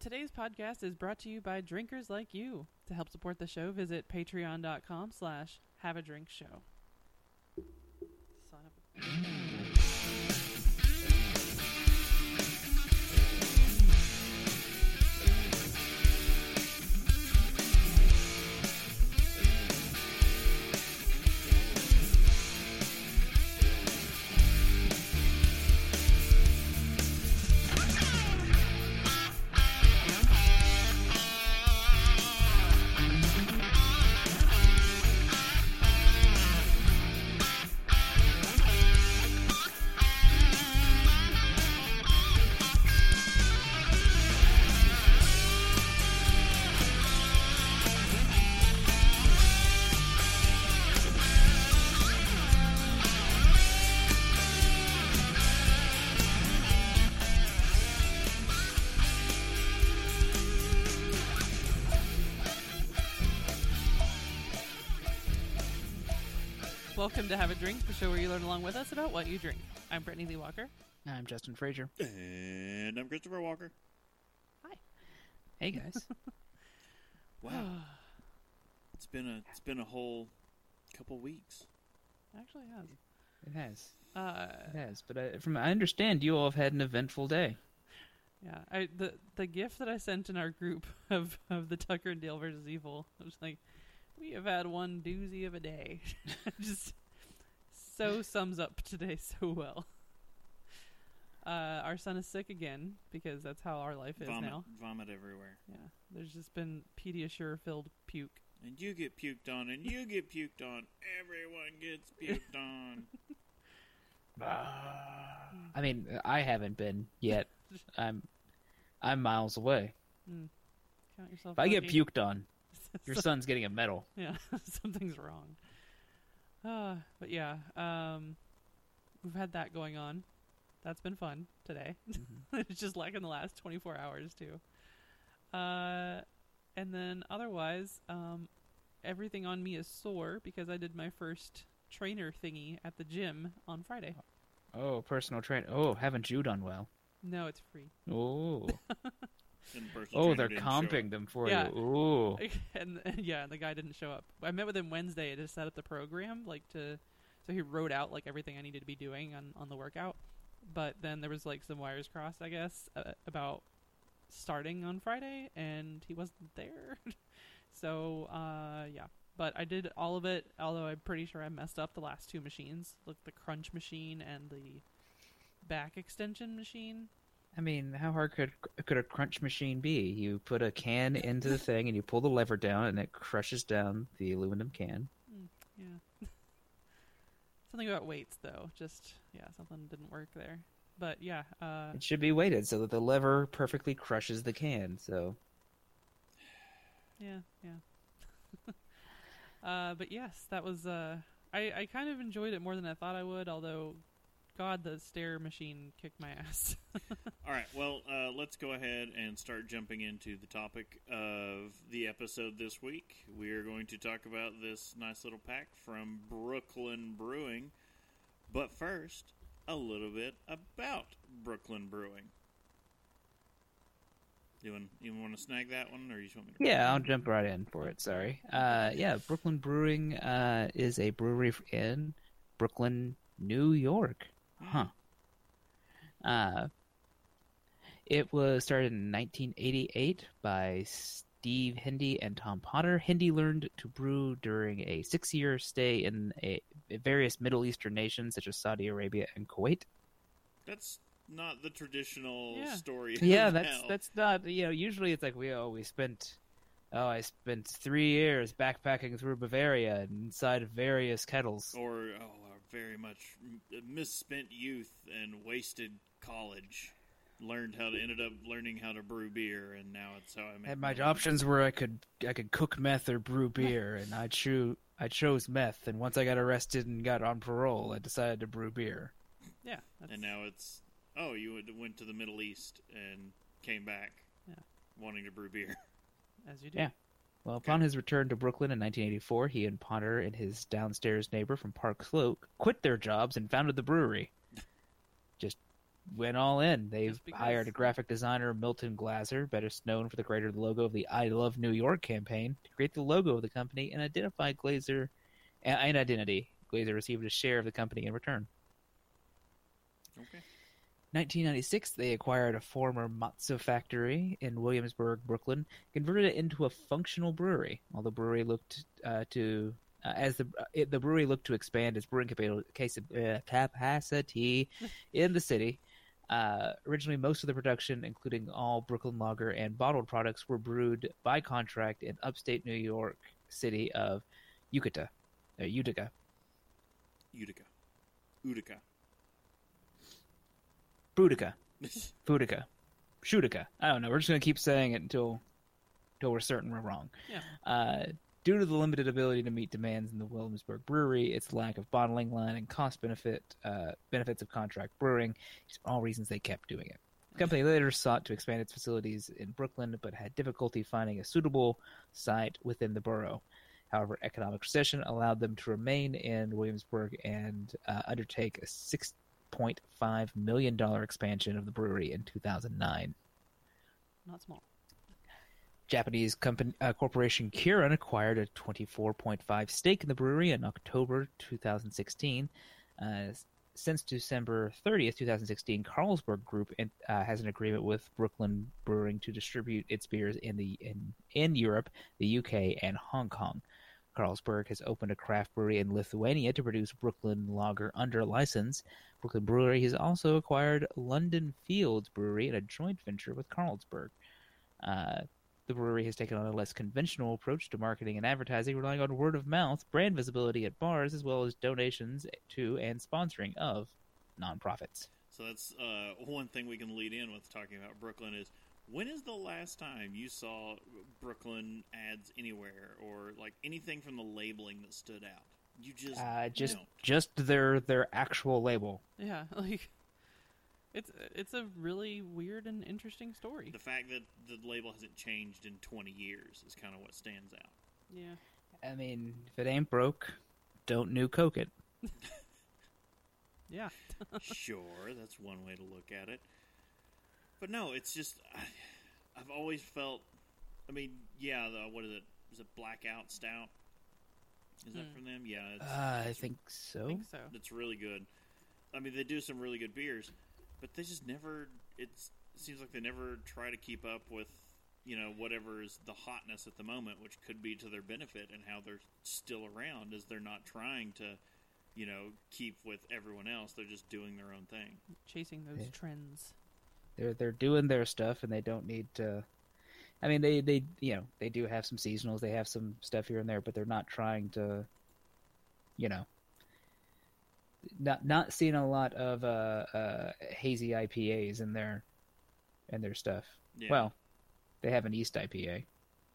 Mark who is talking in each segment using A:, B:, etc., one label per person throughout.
A: Today's podcast is brought to you by drinkers like you. To help support the show, visit patreon.com slash have a drink show. Son of a- Welcome to Have a Drink, the show where you learn along with us about what you drink. I'm Brittany Lee Walker.
B: I'm Justin Frazier.
C: And I'm Christopher Walker.
B: Hey guys.
C: Wow, it's been a it's been a whole couple weeks.
A: Actually, yes.
B: it has,
A: Uh,
B: it has. But I, from I understand, you all have had an eventful day.
A: yeah, I, the the gift that I sent in our group of, of the Tucker and Dale versus Evil, I was like, we have had one doozy of a day. Just so sums up today so well. Uh, our son is sick again because that's how our life is
C: Vomit,
A: now.
C: vomit everywhere,
A: Yeah, there's just been Pediasure filled puke.
C: and you get puked on, and you get puked on. Everyone gets puked on. Ah.
B: I mean, I haven't been yet. I'm, I'm miles away.
A: Count yourself.
B: If I get
A: lucky.
B: puked on, your son's getting a medal.
A: Yeah, something's wrong. Uh, but yeah, um, we've had that going on. That's been fun today. it's just like in the last 24 hours, too. Uh, and then otherwise, um, everything on me is sore because I did my first trainer thingy at the gym on Friday.
B: Oh, personal train. Oh, haven't you done well?
A: No, it's free.
B: Oh,
C: And the personal
B: oh,
C: trainer
B: they're
C: didn't show up.
B: comping them for
A: Yeah.
B: you. Oh,
A: and yeah, and the guy didn't show up. I met with him Wednesday to set up the program, like to so he wrote out like everything I needed to be doing on on the workout. But then there was like some wires crossed, I guess, uh, about starting on Friday, and he wasn't there. so uh, yeah, but I did all of it. Although I'm pretty sure I messed up the last two machines, like the crunch machine and the back extension machine.
B: I mean, how hard could could a crunch machine be? You put a can into the thing, and you pull the lever down, and it crushes down the aluminum can.
A: Yeah. something about weights, though. Just yeah, something didn't work there. But yeah, uh,
B: It should be weighted so that the lever perfectly crushes the can. So
A: yeah, yeah. uh, but yes, that was. Uh, I I kind of enjoyed it more than I thought I would. Although, God, the stair machine kicked my ass.
C: All right, well, uh, let's go ahead and start jumping into the topic of the episode this week. We are going to talk about this nice little pack from Brooklyn Brewing, but first, a little bit about Brooklyn Brewing. You want, you want to snag that one, or you just want me to?
B: yeah, I'll jump right in for it. Sorry. Uh, yeah, Brooklyn Brewing uh, is a brewery in Brooklyn, New York. Huh. Uh, it was started in 1988 by Steve Hindy and Tom Potter. Hindy learned to brew during a six-year stay in a, various Middle Eastern nations such as Saudi Arabia and Kuwait.
C: That's not the traditional
A: Yeah.
C: story.
B: yeah
C: of
B: that's
C: how-
B: that's not you know usually it's like we oh we spent oh i spent three years backpacking through bavaria and inside of various kettles
C: or oh, our very much m- misspent youth and wasted college. Learned how to ended up learning how to brew beer, and now it's how I make
B: and my
C: money.
B: options were i could i could cook meth or brew beer and i chose i chose meth and once i got arrested and got on parole i decided to brew beer
A: yeah, that's,
C: And now it's oh, you went- went to the Middle East and came back,
A: Yeah.
C: wanting to brew beer.
A: as you do.
B: Yeah. Well, upon his return to Brooklyn in 1984, he and Potter and his downstairs neighbor from Park Slope quit their jobs and founded the brewery. Just went all in. They've
A: Just because-
B: hired a graphic designer, Milton Glaser, better known for the creator of the logo of the I Love New York campaign, to create the logo of the company and identify Glazer and, and identity. Glazer received a share of the company in return.
C: Okay.
B: 1996, they acquired a former matzo factory in Williamsburg, Brooklyn, converted it into a functional brewery. While the brewery looked uh, to uh, as the uh, it, the brewery looked to expand its brewing capa- case- uh, capacity in the city. Uh, originally, most of the production, including all Brooklyn lager and bottled products, were brewed by contract in upstate New York city of Utica. Uh, Utica.
C: Utica. Utica.
B: Brutica. Fudica. Shudica. I don't know. We're just going to keep saying it until until we're certain we're wrong.
A: Yeah.
B: Uh, due to the limited ability to meet demands in the Williamsburg brewery, its lack of bottling line, and cost benefit uh, benefits of contract brewing, these are all reasons they kept doing it. The company later sought to expand its facilities in Brooklyn, but had difficulty finding a suitable site within the borough. However, economic recession allowed them to remain in Williamsburg and uh, undertake a six point five million dollar expansion of the brewery in two thousand nine.
A: Not small.
B: Japanese company, uh, corporation Kirin acquired a 24.5 stake in the brewery in October 2016. Uh, s- since December 30th, 2016, Carlsberg Group in, uh, has an agreement with Brooklyn Brewing to distribute its beers in the in, in Europe, the UK, and Hong Kong. Carlsberg has opened a craft brewery in Lithuania to produce Brooklyn Lager under license. Brooklyn Brewery has also acquired London Fields Brewery in a joint venture with Carlsberg. Uh, the brewery has taken on a less conventional approach to marketing and advertising, relying on word of mouth, brand visibility at bars, as well as donations to and sponsoring of nonprofits.
C: So that's uh, one thing we can lead in with talking about Brooklyn is when is the last time you saw Brooklyn ads anywhere or like anything from the labeling that stood out? You just
B: Uh, just
C: don't.
B: just their their actual label.
A: Yeah, like it's it's a really weird and interesting story.
C: the fact that the label hasn't changed in 20 years is kind of what stands out.
A: Yeah,
B: I mean, if it ain't broke, don't new coke it.
A: yeah.
C: sure, that's one way to look at it. But no, it's just I, I've always felt. I mean, yeah, the, what is it? Is it blackout stout? Is that
A: Hmm.
C: from them? Yeah, it's,
B: Uh, I think so.
A: I think so.
C: it's really good. I mean, they do some really good beers, but they just never. It's, it seems like they never try to keep up with you know whatever is the hotness at the moment, which could be to their benefit, and how they're still around is they're not trying to you know keep with everyone else. They're just doing their own thing.
A: Chasing those
B: Yeah.
A: trends.
B: They're they're doing their stuff, and they don't need to. I mean, they they you know they do have some seasonals. They have some stuff here and there, but they're not trying to. You know. Not not seeing a lot of uh, uh, hazy IPAs in their, in their stuff.
C: Yeah.
B: Well, they have an East IPA.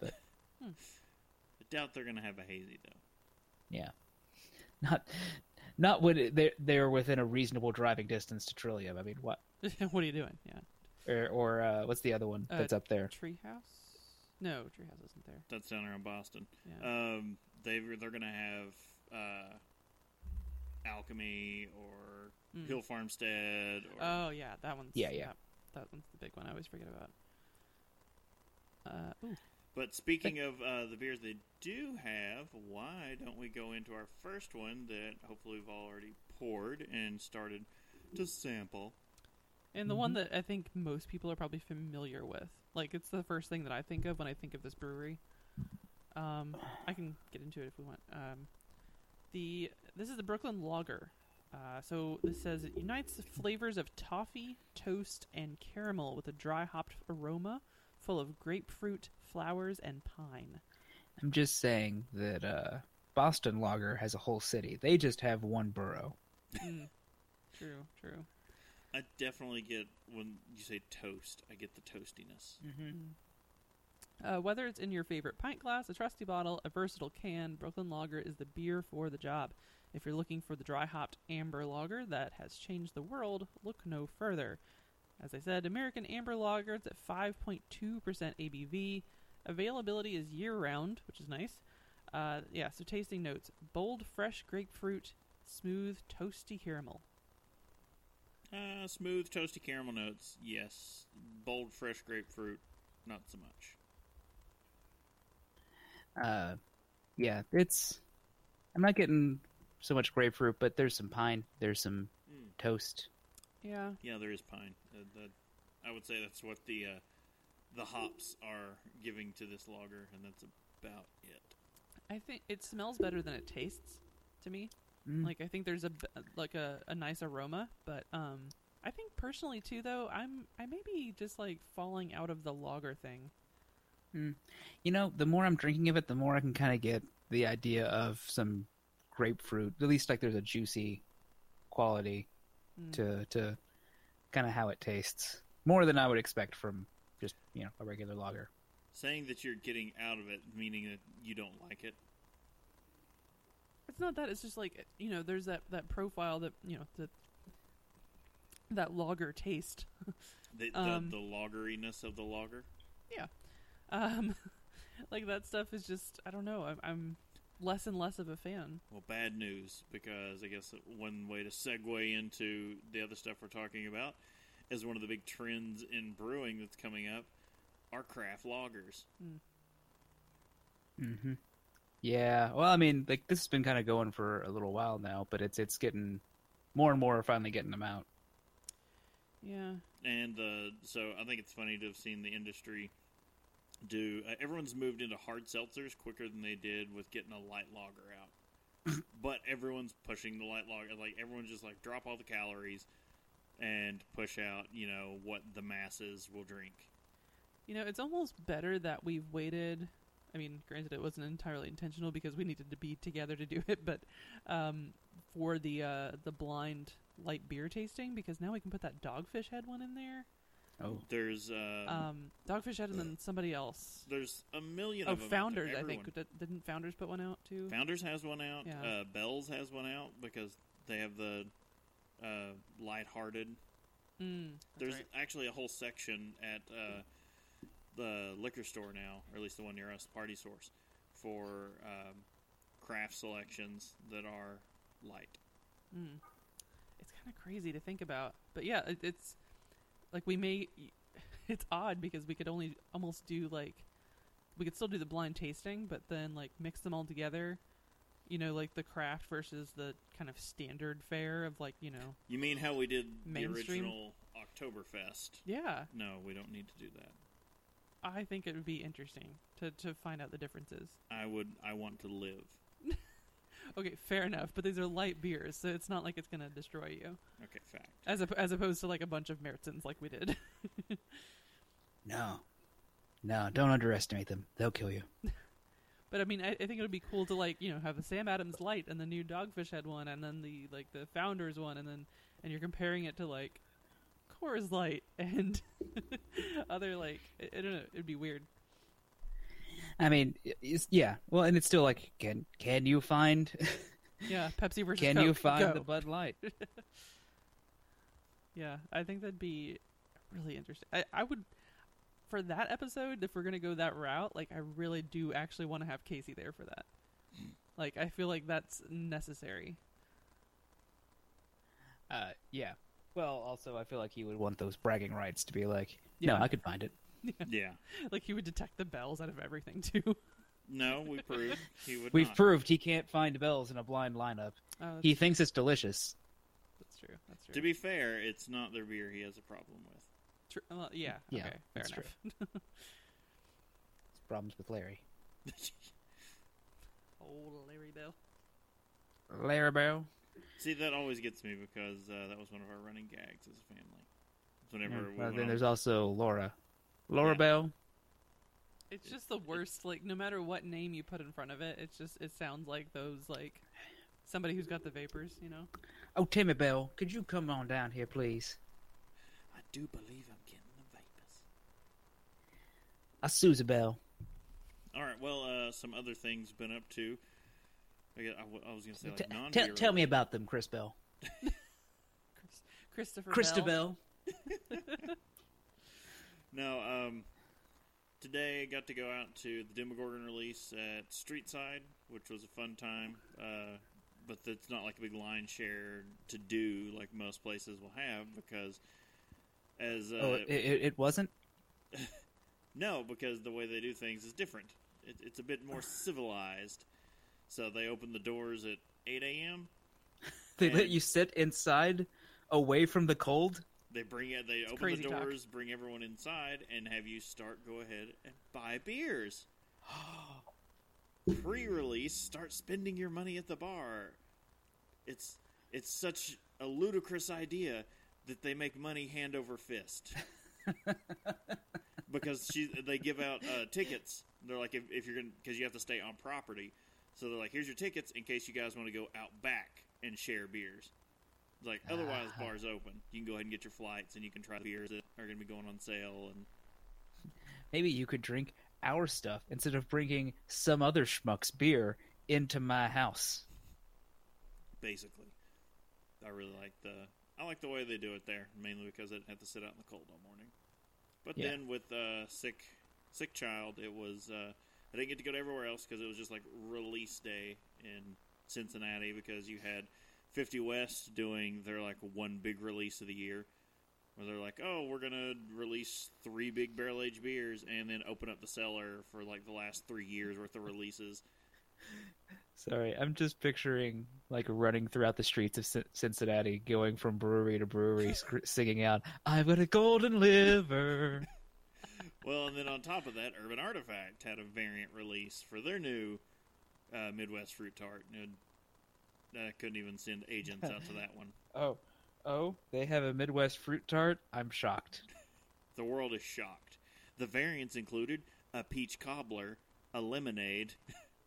C: I doubt they're going to have a hazy though.
B: Not not when it- they're they're within a reasonable driving distance to Trillium. I mean, what
A: what are you doing? Yeah,
B: or, or uh, what's the other one
A: Uh,
B: that's up there?
A: treehouse. No, treehouse isn't there.
C: That's down around Boston.
A: Yeah.
C: Um, they they're going to have uh, Alchemy or
A: Mm.
C: Hill Farmstead. Or,
A: Oh yeah, that one's
B: Yeah, yeah.
A: That, that one's the big one I always forget about. Uh, ooh,
C: but speaking of uh, the beers they do have, why don't we go into our first one that hopefully we've all already poured and started to sample?
A: and the one that I think most people are probably familiar with. Like it's the first thing that I think of when I think of this brewery. Um, I can get into it if we want. Um, the this is the Brooklyn Lager. Uh, so this says it unites the flavors of toffee, toast, and caramel with a dry hopped aroma full of grapefruit, flowers, and pine.
B: I'm just saying that uh, Boston Lager has a whole city. They just have one borough.
A: Mm. True, true.
C: I definitely get when you say toast, I get the toastiness.
A: Uh, whether it's in your favorite pint glass, a trusty bottle, a versatile can, Brooklyn Lager is the beer for the job. If you're looking for the dry hopped amber lager that has changed the world, look no further. As I said, American amber lager is at 5.2% ABV. Availability is year round, which is nice. Uh, yeah, so tasting notes bold, fresh grapefruit, smooth, toasty caramel.
C: Uh, smooth, toasty caramel notes, yes. Bold, fresh grapefruit, not so much.
B: Uh, yeah, it's. I'm not getting so much grapefruit, but there's some pine. There's some
C: Mm.
B: toast.
A: Yeah.
C: Yeah, there is pine. Uh, that, I would say that's what the uh, the hops are giving to this lager, and that's about it.
A: I think it smells better than it tastes to me.
B: Mm.
A: Like I think there's a b- like a, a nice aroma, but um I think personally too though, I'm I may be just like falling out of the lager thing.
B: You know, the more I'm drinking of it, the more I can kind of get the idea of some grapefruit. At least like there's a juicy quality
A: Mm.
B: to to kind of how it tastes. More than I would expect from just you know a regular lager.
C: Saying that you're getting out of it, meaning that you don't like it.
A: It's not that. It's just like you know, there's that that profile that you know that that lager taste.
C: The, the,
A: Um.
C: the lageriness of the lager.
A: Um, like that stuff is just I don't know. I'm, I'm less and less of a fan.
C: Well, bad news because I guess one way to segue into the other stuff we're talking about is one of the big trends in brewing that's coming up are craft lagers.
B: Mm-hmm. Yeah. Well, I mean, like this has been kind of going for a little while now, but it's it's getting more and more are finally getting them out.
A: Yeah.
C: And uh, so I think it's funny to have seen the industry do. Uh, everyone's moved into hard seltzers quicker than they did with getting a light lager out. but everyone's pushing the light lager. Like, everyone's just like, drop all the calories and push out, you know, what the masses will drink.
A: You know, it's almost better that we've waited. I mean, granted, it wasn't entirely intentional because we needed to be together to do it, but um, for the uh, the blind light beer tasting, because now we can put that dogfish head one in there.
B: Oh,
C: There's. Uh,
A: Um, dogfish head and then somebody else.
C: there's a million
A: Oh,
C: of them. out there.
A: founders! I
C: Everyone-
A: think D- didn't founders put one out too?
C: Founders has one out.
A: Yeah.
C: Uh, Bell's has one out because they have the uh, lighthearted
A: Mm, that's
C: There's
A: right.
C: actually a whole section at uh, the liquor store now, or at least the one near us, Party Source, for um, craft selections that are light.
A: Mm. It's kind of crazy to think about, but yeah, it, it's like we may. It's odd because we could only almost do like we could still do the blind tasting, but then like mix them all together. You know, like the craft versus the kind of standard fare of like you know,
C: You mean how we did the
A: Mainstream?
C: original Oktoberfest?
A: yeah.
C: No, we don't need to do that.
A: I think it would be interesting to to find out the differences.
C: I would. I want to live.
A: Okay, fair enough, but these are light beers, so it's not like it's gonna destroy you,
C: Okay, fact.
A: as op- as opposed to like a bunch of Märtzens like we did.
B: no, no! Don't underestimate them. They'll kill you.
A: But I mean, I, I think it would be cool to like you know have the Sam Adams light and the new Dogfish Head one, and then the like the Founders one, and then and you're comparing it to like Coors Light and other like I, I don't know, it'd be weird.
B: I mean, it's, yeah. Well, and it's still like, can can you find
A: Yeah, Pepsi versus
B: can you
A: Coke,
B: find
A: go.
B: the Bud Light?
A: Yeah, I think that'd be really interesting. I, I would for that episode if we're gonna go that route. Like, I really do actually want to have Casey there for that. Like, I feel like that's necessary.
B: Uh, yeah. Well, also, I feel like he would want those bragging rights to be like,
A: Yeah.
B: no, I could find it.
C: yeah.
A: Like, he would detect the bells out of everything too. Oh,
C: No, we proved he would.
B: We've
C: not.
B: proved he can't find bells in a blind lineup.
A: that's,
B: He thinks it's delicious.
A: that's true. That's true.
C: To be fair, it's not their beer he has a problem with.
A: True. Well, yeah.
B: Yeah,
A: okay. Fair
B: that's true.
A: enough.
B: It's problems with Larry.
A: Old Larry Bell.
B: Larry Bell.
C: See, that always gets me because uh, that was one of our running gags as a family. It's Whenever we
B: well,
C: went
B: then
C: on-
B: there's also Laura. Laura
C: Yeah.
B: Bell.
A: It's just the worst. Like, no matter what name you put in front of it, it's just it sounds like those like somebody who's got the vapors. You know.
B: Oh, Timmy Bell, could you come on down here, please?
C: I do believe I'm getting the vapors.
B: Uh, Susie Bell.
C: All right. Well, uh, some other things been up to. I, guess, I, w- I was going to say
B: T-
C: like non.
B: tell- tell me about them, Chris Bell.
A: Chris- Christopher.
B: Christabel.
A: Bell.
C: No. Um, today I got to go out to the Demogorgon release at Streetside, which was a fun time. Uh, but that's not like a big line share to do like most places will have because as uh,
B: oh, it, it, it wasn't.
C: no, because the way they do things is different. It, it's a bit more civilized. So they open the doors at 8 a.m.
B: They let
C: and-
B: you sit inside, away from the cold.
C: They bring it. They open the
A: crazy talk.
C: doors, bring everyone inside, and have you start go ahead and buy beers. Pre-release, start spending your money at the bar. It's it's such a ludicrous idea that they make money hand over fist. because she, they give out uh, tickets. They're like if, if you're gonna because you have to stay on property. So they're like, here's your tickets in case you guys want to go out back and share beers. It's like otherwise
B: Ah.
C: bars open. You can go ahead and get your flights and you can try the beers that are going to be going on sale and
B: Maybe you could drink our stuff instead of bringing some other schmuck's beer into my house.
C: basically. I really like the I like the way they do it there, mainly because I didn't have to sit out in the cold all morning. But
B: Yeah.
C: then with uh, sick sick child, it was uh, I didn't get to go to everywhere else because it was just like release day in Cincinnati because you had Fifty West doing their like one big release of the year. Where they're like, oh, we're gonna release three big barrel aged beers and then open up the cellar for like the last three years worth of releases.
B: Sorry, I'm just picturing like running throughout the streets of Cin- Cincinnati, going from brewery to brewery, sc- singing out, "I've got a golden liver."
C: Well, and then on top of that, Urban Artifact had a variant release for their new uh, Midwest fruit tart. And I couldn't even send agents out to that one.
B: Oh, oh, they have a Midwest fruit tart. I'm shocked.
C: The world is shocked. The variants included a peach cobbler, a lemonade,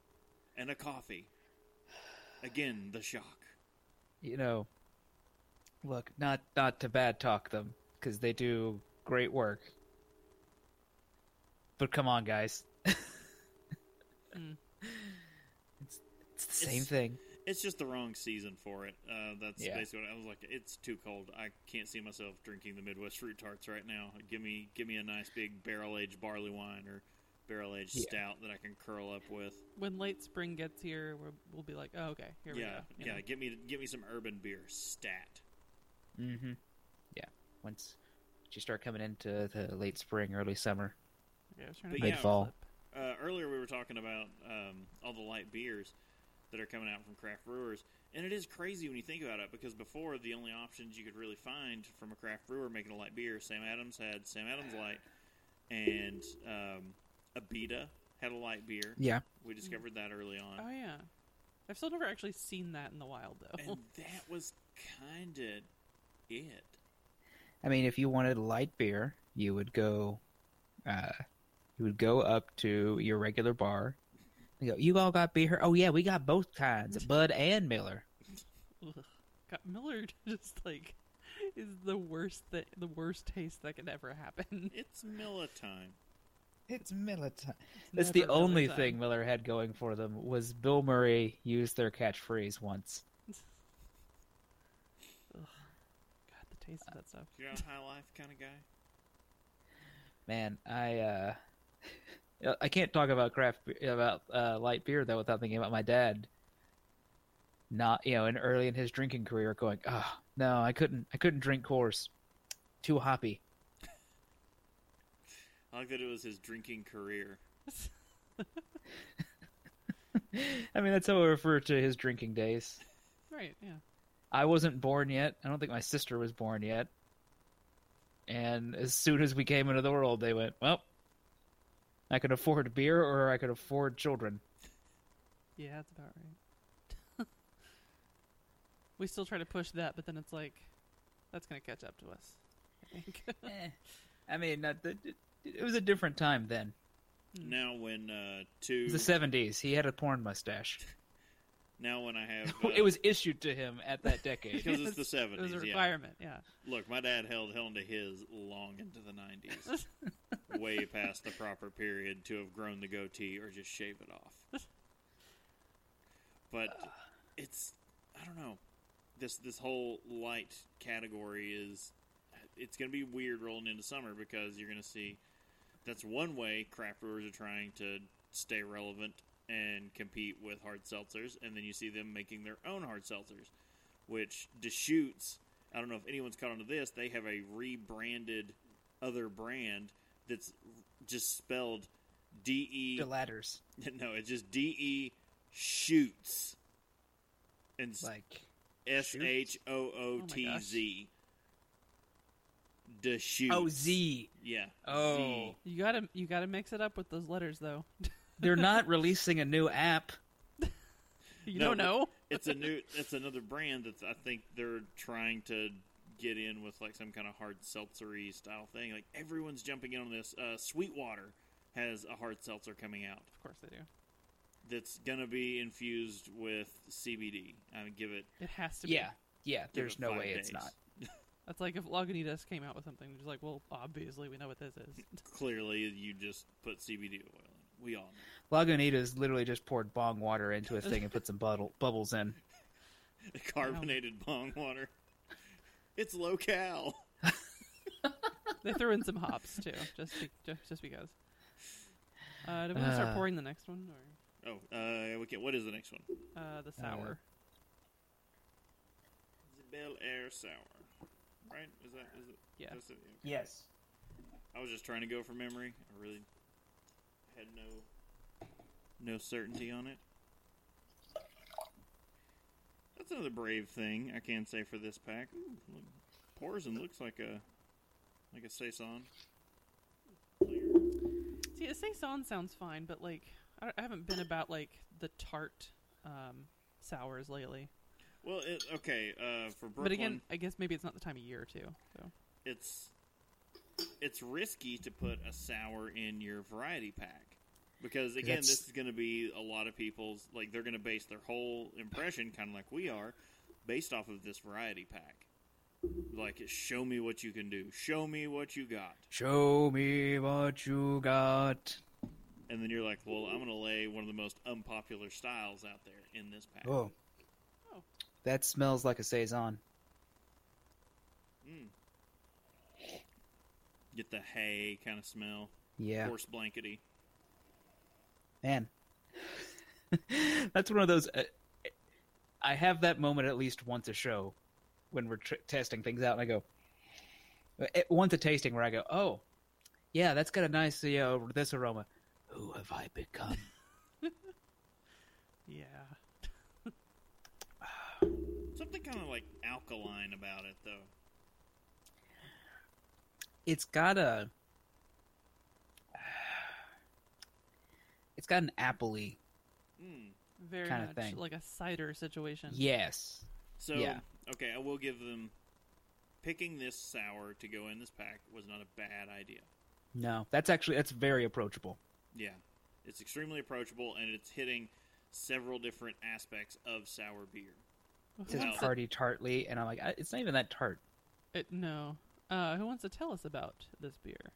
C: and a coffee. Again, the shock.
B: You know, look, not not to bad talk them because they do great work. But come on, guys.
A: Mm.
B: It's it's the same
C: It's-
B: thing.
C: It's just the wrong season for it. Uh, that's
B: Yeah.
C: basically what I was like. It's too cold. I can't see myself drinking the Midwest fruit tarts right now. Give me, give me a nice big barrel aged barley wine or barrel aged
B: Yeah.
C: stout that I can curl up with.
A: When late spring gets here, we'll, we'll be like, oh, okay, here
C: yeah,
A: we go. you
C: yeah.
A: know?
C: Get me, get me some urban beer stat.
B: Mm-hmm. Yeah. Once once you start coming into the late spring, early summer.
A: Okay, I was trying to
C: But
A: think
C: yeah.
A: of a
B: Midfall.
A: clip.
C: Uh, earlier we were talking about um, all the light beers that are coming out from craft brewers, and it is crazy when you think about it because before the only options you could really find from a craft brewer making a light beer, Sam Adams had Sam Adams Light, and um, Abita had a light beer.
B: Yeah.
C: We discovered that early on.
A: Oh yeah, I've still never actually seen that in the wild though.
C: And that was kind of it.
B: I mean, if you wanted light beer, you would go, uh, you would go up to your regular bar. You go, you all got beer? Oh yeah, we got both kinds, Bud and Miller.
A: Ugh. God, Miller just like is the worst that the worst taste that could ever happen.
C: It's Miller time.
B: It's Miller time.
A: It's
B: That's the
A: never Miller
B: only
A: time.
B: thing Miller had going for them was Bill Murray used their catchphrase once.
A: God, the taste of that stuff.
C: You're a high life kind of guy.
B: Man, I uh, I can't talk about craft be- about uh, light beer though without thinking about my dad. Not you know, and early in his drinking career, going, oh no, I couldn't, I couldn't drink Coors, too hoppy.
C: I like that it was his drinking career.
B: I mean, that's how I refer to his drinking days.
A: Right? Yeah.
B: I wasn't born yet. I don't think my sister was born yet. And as soon as we came into the world, they went, well, I could afford beer or I could afford children.
A: Yeah, that's about right. we still try to push that, but then it's like that's gonna catch up to us. I think.
B: Eh. I mean, not the, it, it was a different time then.
A: Mm.
C: Now when uh,
B: It
C: two,
B: was Hmm. the 70s. He had a porn mustache.
C: now when I have, uh,
B: it was issued to him at that decade.
C: because it's the
A: it
C: seventies.
A: was a
C: yeah.
A: requirement. Yeah.
C: Look, my dad held held to his long into the nineties, way past the proper period to have grown the goatee or just shave it off. But it's I don't know. This this whole light category is it's going to be weird rolling into summer because you're going to see that's one way craft brewers are trying to stay relevant and compete with hard seltzers, and then you see them making their own hard seltzers, which Deschutes. I don't know if anyone's caught on to this. They have a rebranded other brand that's just spelled D E
B: The ladders,
C: no, it's just D E shoots. And
B: like Oh
C: S H O O T Z. The shoots.
B: oh Z.
C: Yeah.
B: Oh,
C: Z.
A: You gotta you gotta mix it up with those letters though.
B: they're not releasing a new app.
A: you
C: No,
A: don't know.
C: It's a new. It's another brand that I think they're trying to get in with like some kind of hard seltzery style thing. Like everyone's jumping in on this. Uh, Sweetwater has a hard seltzer coming out
A: Of course they do.
C: that's gonna be infused with CBD. I would give it.
A: It has to be.
B: Yeah, yeah.
C: give
B: There's
C: it
B: no
C: five
B: way it's
C: days.
B: not.
A: That's like if Lagunitas came out with something, just like, well, obviously we know what this is.
C: Clearly, you just put CBD oil. in. We all know.
B: Lagunitas literally just poured bong water into a thing and put some bottle, bubbles in.
C: The carbonated bong water. It's low cal.
A: they threw in some hops too, just be, just, just because. Uh, do we wanna start
B: Uh.
A: pouring the next one or
C: Oh, uh, we can, what is the next one?
A: uh, the sour?
C: Bel Air Sour. Right? Is that is it?
A: Yeah.
C: that's it? Yeah.
B: Yes.
C: I was just trying to go from memory. I really had no no certainty on it. That's another brave thing I can say for this pack. Ooh, look, pours and looks like a like a saison.
A: See, a saison sounds fine, but like I, I haven't been about like the tart um, sours lately.
C: Well, it, okay. Uh, for Brooklyn,
A: But again, I guess maybe it's not the time of year too. So
C: it's it's risky to put a sour in your variety pack because again
B: That's-
C: this is going to be a lot of people's like they're going to base their whole impression kind of like we are based off of this variety pack like show me what you can do show me what you got
B: Show me what you got.
C: and then you're like well i'm going to lay one of the most unpopular styles out there in this pack
B: Oh.
A: Oh.
B: That smells like a saison.
C: Mm. get the hay kind of smell
B: Yeah,
C: horse blankety
B: man. That's one of those. Uh, I have that moment at least once a show when we're tr- testing things out, and I go eh, once a tasting where I go, "Oh, yeah, that's got a nice you know, this aroma." Who have I become?
A: yeah,
C: something kind of like alkaline about it though
B: it's got a it's got an appley
C: mm.
A: very
B: Kinda
A: much
B: thing.
A: like a cider situation.
B: yes
C: So
B: Yeah.
C: okay, I will give them picking this sour to go in this pack was not a bad idea.
B: no that's actually that's very approachable
C: Yeah. It's extremely approachable and it's hitting several different aspects of sour beer.
A: Who
B: it says
C: Wow.
A: wants to-
B: party tartly and i'm like I, it's not even that tart
A: it- no, uh, who wants to tell us about this beer?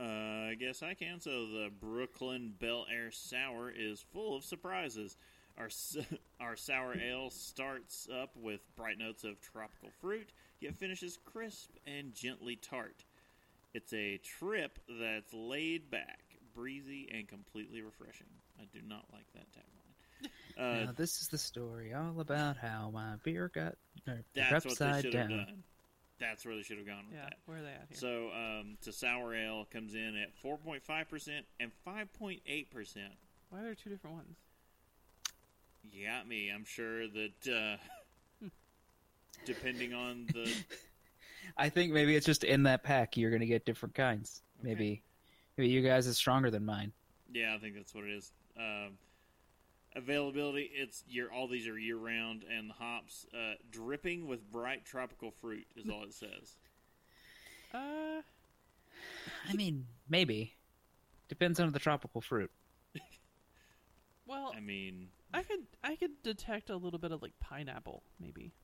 C: Uh, I guess I can. So the Brooklyn Bel Air Sour is full of surprises. Our s- our sour ale starts up with bright notes of tropical fruit, yet finishes crisp and gently tart. It's a trip that's laid back, breezy, and completely refreshing. I do not like that tagline. Uh,
B: now, this is the story all about how my beer got turned
C: that's what they
B: upside
C: should have
B: down
C: done. That's where they should have gone with
A: Yeah,
C: that.
A: where are they at here?
C: So, um, to sour ale comes in at 4.5% and 5.8%.
A: Why are there two different ones?
C: You got me. I'm sure that uh, depending on the
B: i think maybe it's just in that pack you're gonna get different kinds
C: Okay.
B: maybe maybe you guys is stronger than mine
C: yeah, I think that's what it is. Um, availability. It's your all these are year round, and the hops uh, dripping with bright tropical fruit is all it says.
A: Uh,
B: i mean maybe depends on the tropical fruit Oh.
A: well,
C: I mean,
A: I could I could detect a little bit of like pineapple, maybe.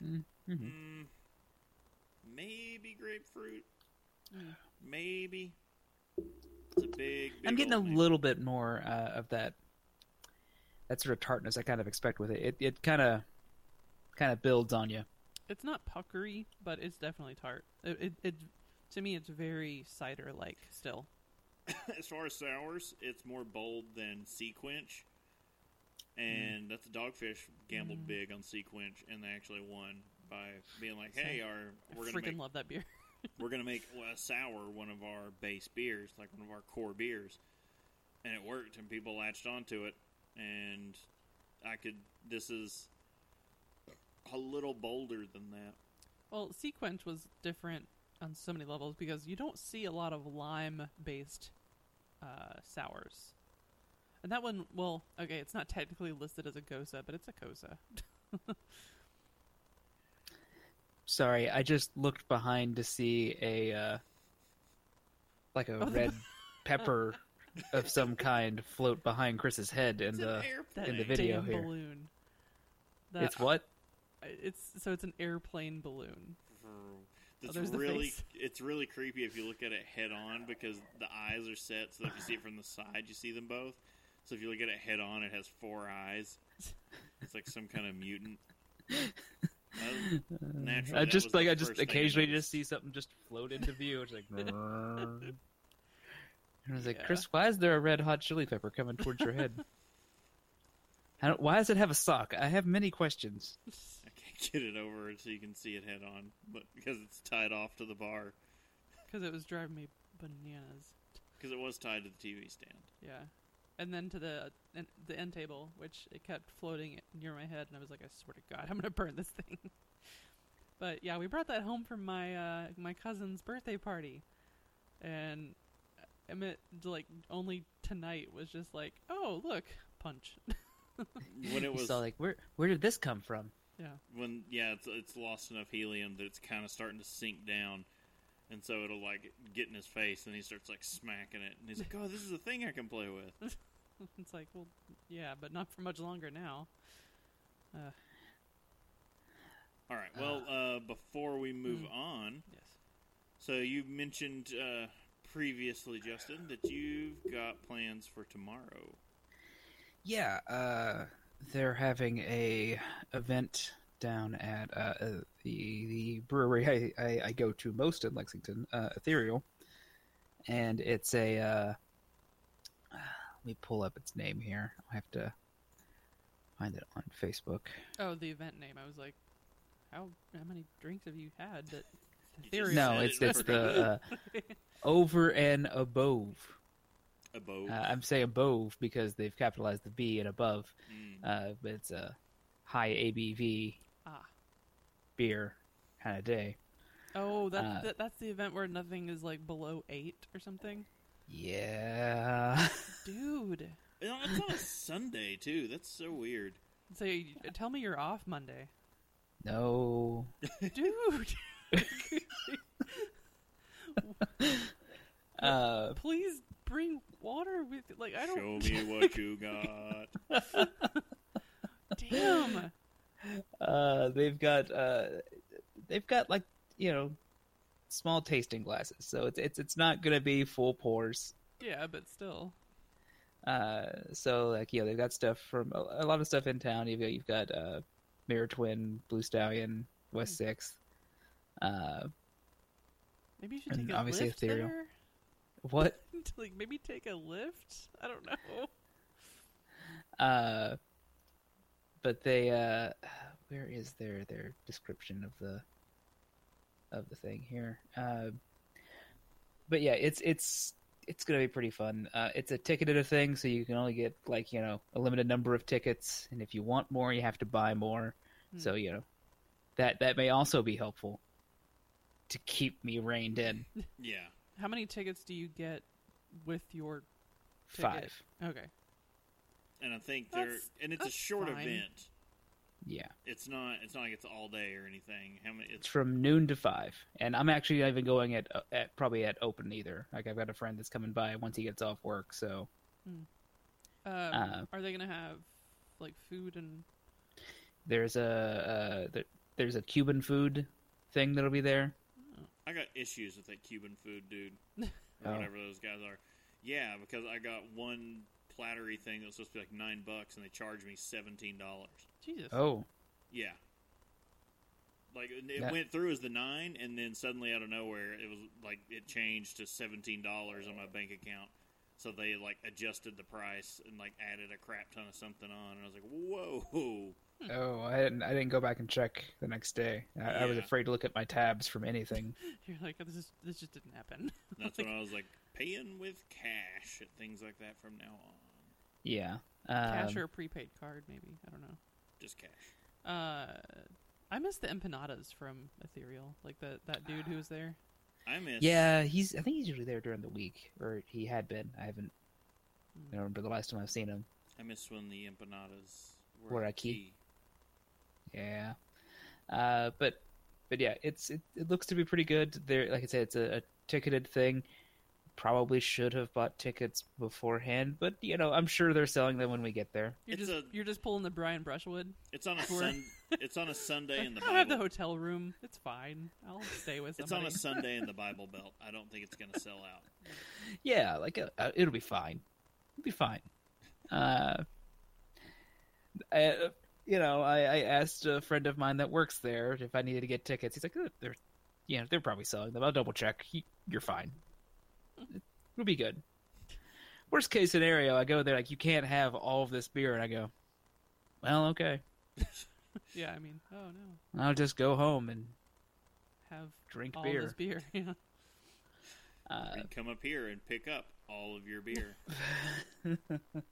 B: hmm
C: mm, maybe grapefruit,
A: Mm.
C: maybe. It's a big.
B: I'm
C: big
B: getting a
C: old name.
B: little bit more uh, of that that sort of tartness I kind of expect with it. It it kind of kind of builds on you.
A: It's not puckery, but it's definitely tart. It, it, it to me, it's very cider like still.
C: as far as sours, it's more bold than sea quench, and that's a dogfish gambled
A: Mm.
C: big on sea quench, and they actually won by being like,
A: So,
C: "Hey, our we're
A: I
C: gonna
A: freaking
C: make
A: love that beer.
C: we're gonna make a sour one of our base beers, like one of our core beers, and it worked, and people latched onto it, and I could. This is a little bolder than that.
A: Well, Sequench was different on so many levels because you don't see a lot of lime based uh, sours. And that one, well, okay, it's not technically listed as a Goza, but it's a Koza.
B: Sorry, I just looked behind to see a uh, like a
A: Oh, the-
B: red pepper of some kind float behind Chris's head,
C: It's
B: and uh,
C: an airplane.
B: in the video
A: damn
B: here.
A: balloon. That,
B: it's what?
A: it's so it's an airplane balloon. Oh,
C: That's
A: there's the
C: really
A: face.
C: it's really creepy if you look at it head on because the eyes are set so that if you see it from the side you see them both. So if you look at it head on it has four eyes. It's like some kind of mutant. That was uh, natural.
B: I
C: That was
B: just
C: the
B: like I just
C: first thing
B: occasionally just
C: noticed.
B: see something just float into view. It's like, and I was like,
A: Yeah.
B: Chris, why is there a red hot chili pepper coming towards your head? I don't, why does it have a sock? I have many questions.
C: I can't get it over so you can see it head on, but because it's tied off to the bar
A: Because it was driving me bananas.
C: because it was tied to the TV stand.
A: Yeah, and then to the uh, en- the end table, which it kept floating near my head, and I was like, I swear to God, I'm gonna burn this thing. but yeah, we brought that home from my uh, my cousin's birthday party, and I meant like only tonight was just like, oh look, punch.
C: When
B: You
C: it was
B: saw like where where did this come from?
A: yeah,
C: when yeah, it's it's lost enough helium that it's kind of starting to sink down, and so it'll like get in his face, and he starts like smacking it, and he's like, "Oh, this is a thing I can play with."
A: it's like, well, yeah, but not for much longer now.
C: All right, well,
A: Uh-huh.
C: uh, before we move
A: Mm-hmm.
C: on,
A: Yes.
C: so you mentioned uh, previously, Justin, that you've got plans for tomorrow.
B: Yeah, uh, they're having a event down at uh, uh, the the brewery I, I, I go to most in Lexington, uh, Ethereal, and it's a. Uh, let me pull up its name here. I have to find it on Facebook.
A: Oh, the event name. I was like, how how many drinks have you had? That
C: just
A: Ethereal-
B: No,
C: said
B: it's
C: it,
B: it's the uh, over and above.
C: Above.
B: Uh, I'm saying above because they've capitalized the B and above.
C: Mm.
B: Uh, but it's a high ABV
A: ah.
B: beer kind of day.
A: Oh, that,
B: Uh,
A: that that's the event where nothing is like below eight or something,
B: Yeah.
A: dude.
C: You know, it's on a Sunday too. That's so weird.
A: So you, tell me you're off Monday,
B: No.
A: dude.
B: Uh,
A: Please bring water with. Like I
C: Show
A: don't.
C: me what you got.
A: Damn.
B: uh, they've got uh, they've got like you know small tasting glasses, so it's it's it's not gonna be full pours.
A: Yeah, but still.
B: Uh, so like you know they've got stuff from a, a lot of stuff in town. You've got you've got uh, Mirror Twin, Blue Stallion, West Sixth. Uh,
A: Maybe you should
B: And
A: take a
B: obviously
A: lift
B: ethereal.
A: there.
B: what?
A: like maybe take a lift. I don't know.
B: Uh, but they uh, where is their their description of the of the thing here? Uh, but yeah, it's it's it's gonna be pretty fun. Uh, it's a ticketed thing, so you can only get like you know a limited number of tickets, and if you want more, you have to buy more.
A: Hmm.
B: So you know that that may also be helpful to keep me reined in.
C: Yeah.
A: How many tickets do you get with your? Ticket.
B: Five,
A: Okay.
C: And I think they're
A: That's-
C: and it's a
A: that's
C: short
A: fine.
C: event.
B: yeah,
C: It's not. It's not like it's all day or anything. How many?
B: it's
C: It's
B: from noon to five, and I'm actually not even going at uh, at probably at open either. Like I've got a friend that's coming by once he gets off work, so
A: Um,
B: Uh,
A: are they gonna have like food and?
B: there's a uh, there, there's a Cuban food thing that'll be there.
C: I got issues with that Cuban food dude, or
B: Oh.
C: whatever those guys are. Yeah, because I got one plattery thing that was supposed to be like nine bucks, and they charged me seventeen dollars.
A: Jesus.
B: Oh,
C: Yeah. Like it it
B: That-
C: went through as the nine, and then suddenly out of nowhere, it was like it changed to seventeen dollars on my bank account, So they like adjusted the price and like added a crap ton of something on, and I was like, whoa.
D: Oh, I didn't. I didn't go back and check the next day. I, I was
C: Yeah.
D: afraid to look at my tabs from anything.
A: You're like, oh, this is this just didn't happen.
C: That's when I was like paying with cash and things like that from now on.
B: Yeah.
A: Cash
B: Um,
A: or a prepaid card, maybe. I don't know.
C: Just cash.
A: Uh, I miss the empanadas from Ethereal, like that that dude who was there.
C: I miss.
B: Yeah, he's. I think he's usually there during the week, or he had been. I haven't. I don't remember the last time I've seen him.
C: I miss when the empanadas
B: Were a key. Yeah. Uh, but but yeah, it's it, it looks to be pretty good. There, like I said, it's a, a ticketed thing. Probably should have bought tickets beforehand, but you know, I'm sure they're selling them when we get there.
A: You're
C: It's
A: just
C: a-
A: you're just pulling the Brian Brushwood.
C: It's on a
A: Tour.
C: sun. It's on a Sunday in the
A: I'll have the
C: Bible.
A: hotel room. It's fine. I'll stay with
C: It's on
A: somebody.
C: a Sunday in the Bible Belt. I don't think it's going to sell out.
B: Yeah, like uh, uh, it'll be fine. It'll be fine. Uh, I, uh, you know, I, I asked a friend of mine that works there if I needed to get tickets. He's like, "Uh, they're, yeah, they're probably selling them. I'll double check. He- You're fine. It'll be good. Worst case scenario, I go there like you can't have all of this beer, and I go, well, okay,
A: yeah, I mean, oh no,
B: I'll just go home and
A: have
B: drink
A: all
B: beer.
A: this beer. Yeah.
B: Uh,
C: And come up here and pick up all of your beer.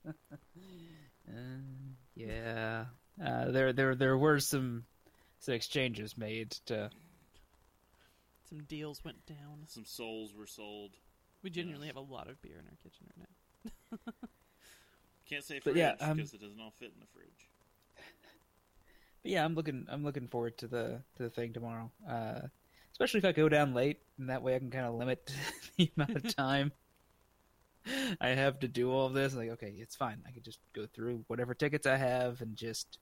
B: Uh, yeah, uh, there there there were some some exchanges made to
A: Some deals went down.
C: Some souls were sold.
A: We genuinely have a lot of beer in our kitchen right now.
C: Can't say
B: But
C: fridge
B: yeah,
C: because
B: um,
C: it doesn't all fit in the fridge.
B: But yeah, I'm looking. I'm looking forward to the to the thing tomorrow. Uh, especially if I go down late, and that way I can kind of limit the amount of time I have to do all of this. Like, okay, it's fine. I can just go through whatever tickets I have and just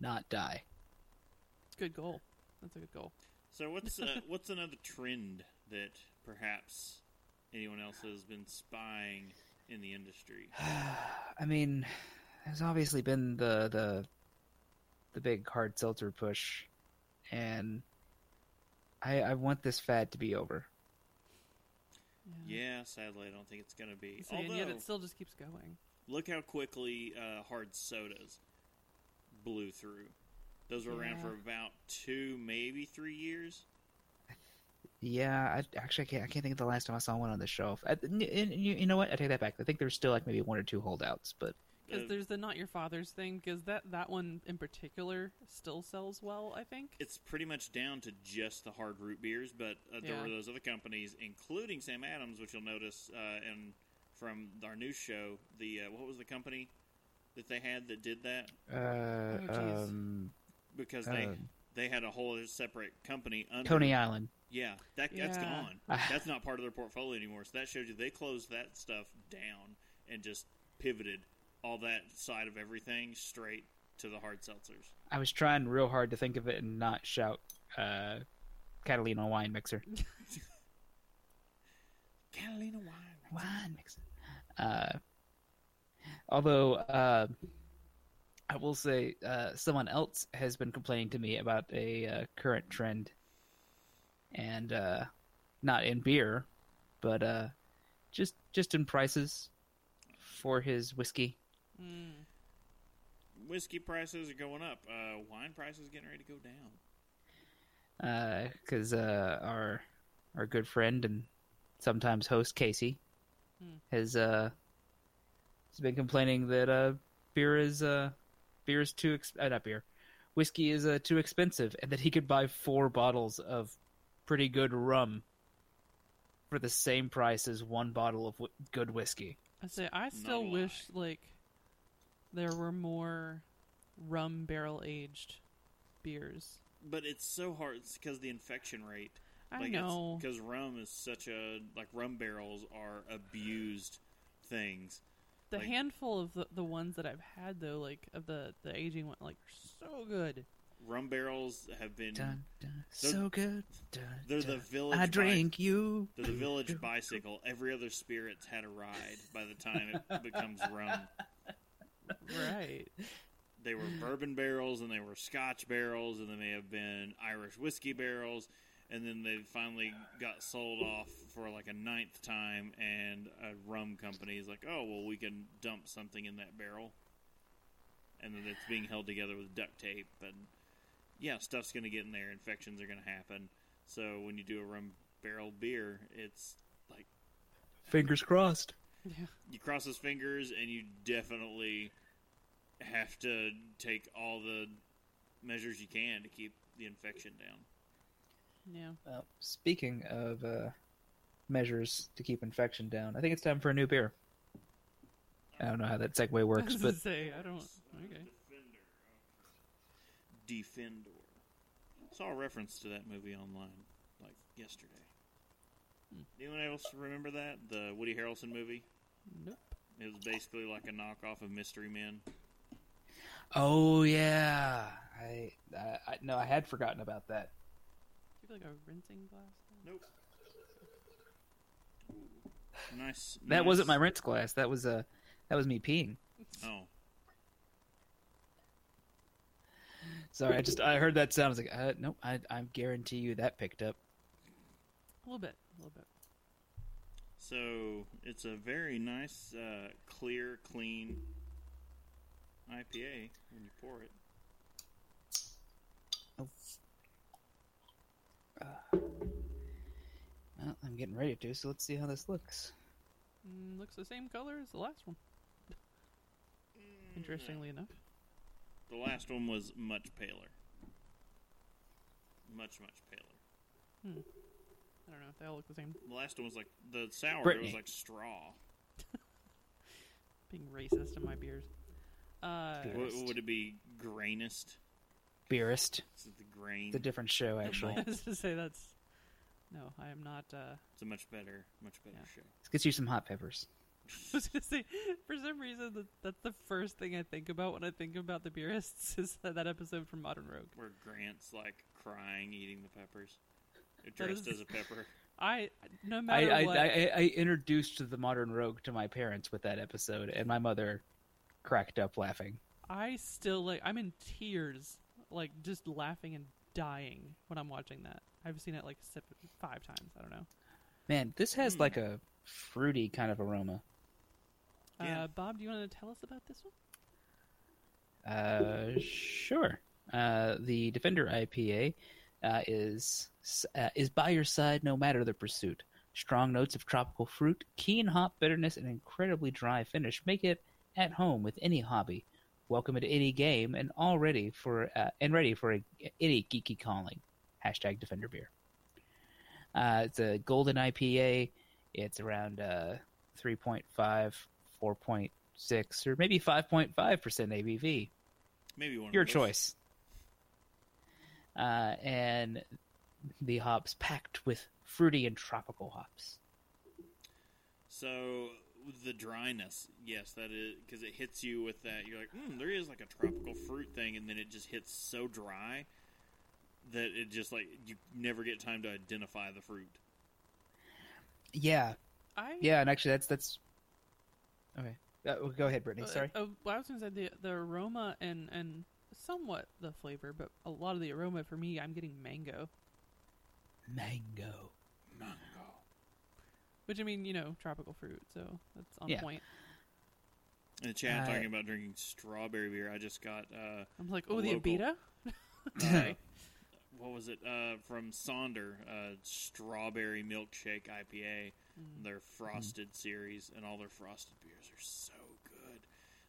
B: not die.
A: It's a good goal. That's a good goal.
C: So what's uh, what's another trend that perhaps anyone else has been spying in the industry?
B: I mean, there's obviously been the the the big hard seltzer push, and I I want this fad to be over.
C: Yeah, sadly, I don't think it's going to be.
A: So,
C: Although,
A: and yet it still just keeps going.
C: look how quickly uh, hard sodas blew through. Those were around
A: Yeah.
C: for about two, maybe three years.
B: Yeah, I actually I can't, I can't think of the last time I saw one on the shelf. I, and you, you know what? I take that back. I think there's still like maybe one or two holdouts, but
A: Because
C: Uh,
A: there's the not your father's thing. Because that that one in particular still sells well. I think.
C: it's pretty much down to just the hard root beers, but uh, there
A: Yeah.
C: were those other companies, including Sam Adams, which you'll notice uh, in from our news show. The uh, what was the company that they had that did that?
B: uh,
A: jeez.
B: um,
C: Because they
B: Um.
C: they had a whole other separate company under
B: uh, Coney Island.
C: Yeah, that that's
A: Yeah.
C: gone.
B: Ah.
C: That's not part of their portfolio anymore. So that shows you they closed that stuff down and just pivoted all that side of everything straight to the hard seltzers.
B: I was trying real hard to think of it and not shout uh, Catalina wine mixer.
C: Catalina wine.
B: Wine mixer. Uh, although uh, I will say uh, someone else has been complaining to me about a uh, current trend, and uh, not in beer, but uh, just just in prices for his whiskey.
A: Mm.
C: Whiskey prices are going up. Uh, wine prices getting ready to go down.
B: because uh, our our good friend and sometimes host Casey
A: Hmm.
B: has uh has been complaining that uh beer is uh beer is too ex- uh, not beer whiskey is uh, too expensive and that he could buy four bottles of pretty good rum for the same price as one bottle of w- good whiskey.
A: I say I
C: a
A: still
C: lie.
A: wish like there were more rum barrel aged beers.
C: But it's so hard because the infection rate.
A: I know.
C: Because rum is such a like rum barrels are abused things.
A: The
C: like-
A: handful of the, the ones that I've had though, like of the the aging one, like are so good.
C: Rum barrels have been
B: Dun, dun,
C: They're-
B: so good. Dun,
C: they're the
B: dun.
C: village.
B: I
C: bi-
B: drink you.
C: They're the village bicycle. Every other spirit's had a ride by the time it becomes rum.
A: Right.
C: They were bourbon barrels and they were Scotch barrels and they may have been Irish whiskey barrels and then they finally got sold off for like a ninth time, and a rum company is like, "Oh, well, we can dump something in that barrel," and then it's being held together with duct tape, and yeah, stuff's gonna get in there, infections are gonna happen. So when you do a rum barrel beer, it's like
B: Fingers crossed.
A: Yeah.
C: you cross his fingers and you definitely have to take all the measures you can to keep the infection down.
A: Yeah.
B: Uh, speaking of uh, measures to keep infection down, I think it's time for a new beer. I don't know how that segue
A: I was
B: works,
A: gonna
B: but
A: say I don't.
B: Oh,
A: Okay.
C: Defender. Defender. Saw a reference to that movie online, like yesterday.
A: Hmm.
C: Anyone else remember that? The Woody Harrelson movie?
A: Nope.
C: It was basically like a knockoff of Mystery Men.
B: oh yeah, I, I, I no, I had forgotten about that.
A: Do you have like a rinsing glass? Thing?
C: Nope. Nice.
B: That
C: nice-
B: wasn't my rinse glass. That was uh, that was me peeing.
C: Oh.
B: Sorry, I just I heard that sound. I was like, uh, nope, I I guarantee you that picked up.
A: A little bit. A little bit.
C: So it's a very nice, uh, clear, clean IPA when you pour it.
B: Ah. Well, I'm getting ready to, so let's see how this looks.
A: Mm, looks the same color as the last one.
C: Mm,
A: Mm, Interestingly enough.
C: The last one was much paler. Much, much paler.
A: I don't know. They all look the same.
C: The last one was like the sour. It
B: Brittany.
C: was like straw.
A: Being racist in my beers. Uh,
B: Beer.
C: What,
B: Beerist.
C: would it be? Grainest.
B: Beerist,
C: Is it the grain?
B: the different show actually.
A: I was to say that's. No, I am not. Uh,
C: it's a much better, much better
A: Yeah.
C: show.
B: Let's get you some hot peppers.
A: I was gonna say, for some reason, that, that's the first thing I think about when I think about the beerists is that, that episode from Modern Rogue.
C: Where Grant's like crying, eating the peppers,
A: That is-
C: dressed as a pepper.
A: I no
B: I
A: matter
B: I,
A: what,
B: I I introduced the modern rogue to my parents with that episode, and my mother cracked up laughing.
A: I still like I'm in tears, like just laughing and dying when I'm watching that. I've seen it like sip- five times. I don't know.
B: Man, this has
C: Hmm.
B: like a fruity kind of aroma.
A: Uh,
C: Yeah.
A: Bob, do you want to tell us about this one?
B: Uh, sure. Uh, the Defender IPA uh, is uh, is by your side no matter the pursuit. Strong notes of tropical fruit, keen hop bitterness, and incredibly dry finish make it at home with any hobby. Welcome to any game and all ready for uh, and ready for a, any geeky calling. Hashtag Defender Beer. Uh, it's a golden IPA. It's around uh, 3.5, 4.6, or maybe 5.5% ABV
C: Maybe one. of
B: your
C: those.
B: choice. Uh, and the hops packed with fruity and tropical hops.
C: So the dryness, yes, that is because it hits you with that. You're like, mm, there is like a tropical fruit thing, and then it just hits so dry that it just like you never get time to identify the fruit.
B: Yeah,
A: I
B: yeah, and actually, that's that's okay. Uh, well, go ahead, Brittany.
A: Uh,
B: Sorry.
A: Uh, well, I was going to say the the aroma and and somewhat the flavor, but a lot of the aroma for me, I'm getting mango.
B: Mango.
A: Which I mean, you know, tropical fruit, so that's on
B: Yeah.
A: point.
C: In the chat,
B: Uh,
C: talking about drinking strawberry beer, I just got uh,
A: I'm like, oh, the
C: Local.
A: Abita.
C: uh, what was it uh, from Sonder uh, strawberry milkshake IPA. Their frosted series and all their frosted beers are so good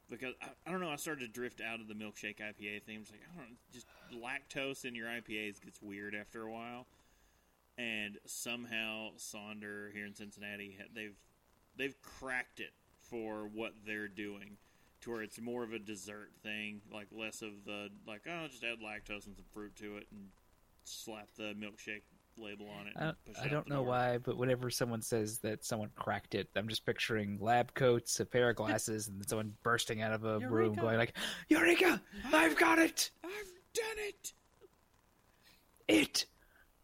C: because I, I don't know. I started to drift out of the milkshake IPA thing. It's like I don't know, just lactose in your IPAs gets weird after a while, and somehow Sonder here in Cincinnati ha- they've they've cracked it for what they're doing to where it's more of a dessert thing, like less of the like oh just add lactose and some fruit to it and slap the milkshake label on it.
B: I,
C: and push it
B: I
C: out
B: don't
C: the
B: know
C: door.
B: why, but whenever someone says that someone cracked it, I'm just picturing lab coats, a pair of glasses, and someone bursting out of a room,
A: Eureka!
B: going like, "Eureka! I've got it!
C: I've done it.
B: It!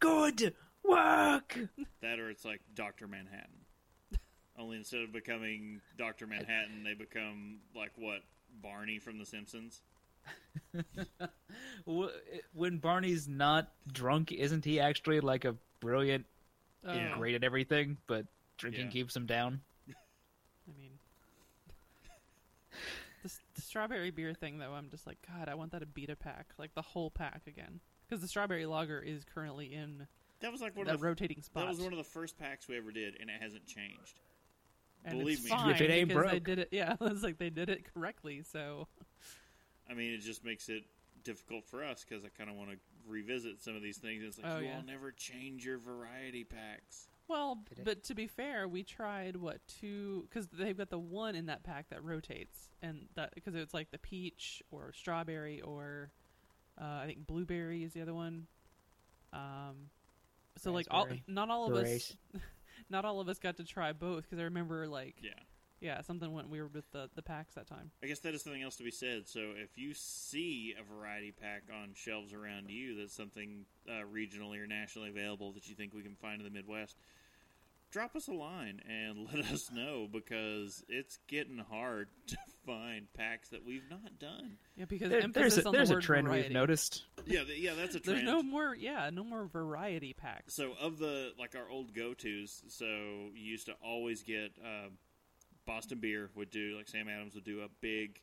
B: Good work!"
C: That or it's like Doctor Manhattan. Only instead of becoming Doctor Manhattan, they become like what Barney from The Simpsons.
B: Wh- when Barney's not drunk, isn't he actually like a brilliant
A: Oh,
B: and
C: Yeah.
B: great at everything? But drinking
C: Yeah.
B: keeps him down.
A: I mean, the, s- the strawberry beer thing though, I'm just like, God, I want that a beta pack, like the whole pack again, because the strawberry lager is currently in
C: That was like one
A: that
C: of the,
A: rotating spot.
C: that was one of the first packs we ever did, and it hasn't changed.
A: and
C: believe
A: it's
C: me.
A: fine
B: If it ain't
A: because they
B: broke.
A: did it. Yeah, it's like they did it correctly. So
C: I mean, it just makes it difficult for us because I kind of want to revisit some of these things. It's like
A: Oh,
C: you
A: yeah.
C: all never change your variety packs.
A: Well,
E: Did it?
A: but to be fair, we tried what two because they've got the one in that pack that rotates, and that because it's like the peach or strawberry or uh, I think blueberry is the other one. Um, so like all
E: Raspberry.
A: not all of us,
E: Berries.
A: not all of us got to try both because I remember like yeah.
C: Yeah.
A: something went weird with the the packs that time.
C: I guess that is something else to be said. So if you see a variety pack on shelves around you that's something uh, regionally or nationally available that you think we can find in the Midwest, drop us a line and let us know because it's getting hard to find packs that we've not done.
A: Yeah, because
B: There-
A: emphasis
B: there's a,
A: on
B: there's
A: the
B: a
A: word
B: trend
A: variety.
B: we've noticed.
C: Yeah, th- yeah, that's a
A: There's
C: trend.
A: no more, yeah, no more variety packs.
C: so of the like our old go tos, so you used to always get uh, Boston beer would do like Sam Adams would do a big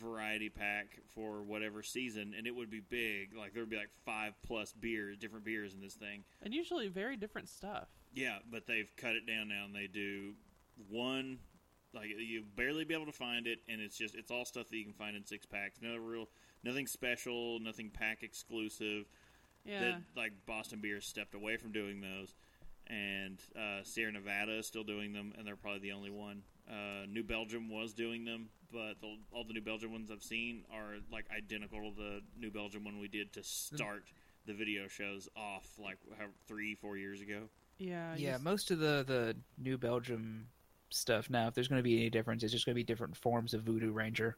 C: variety pack for whatever season, and it would be big. Like there would be like five plus beers, different beers in this thing.
A: and usually very different stuff.
C: Yeah, but they've cut it down now, and they do one. Like you barely be able to find it, and it's just it's all stuff that you can find in six packs. No real, nothing special, nothing pack exclusive
A: Yeah,
C: that like Boston Beer stepped away from doing those, and uh, Sierra Nevada is still doing them, and they're probably the only one. Uh, New Belgium was doing them, but the, all the New Belgium ones I've seen are like identical to the New Belgium one we did
B: Hmm.
C: to start the video shows off, like how, three, four years ago.
A: yeah, you
B: yeah,
A: s-
B: most of the the New Belgium stuff now. If there's going to be any difference, it's just going to be different forms of Voodoo Ranger.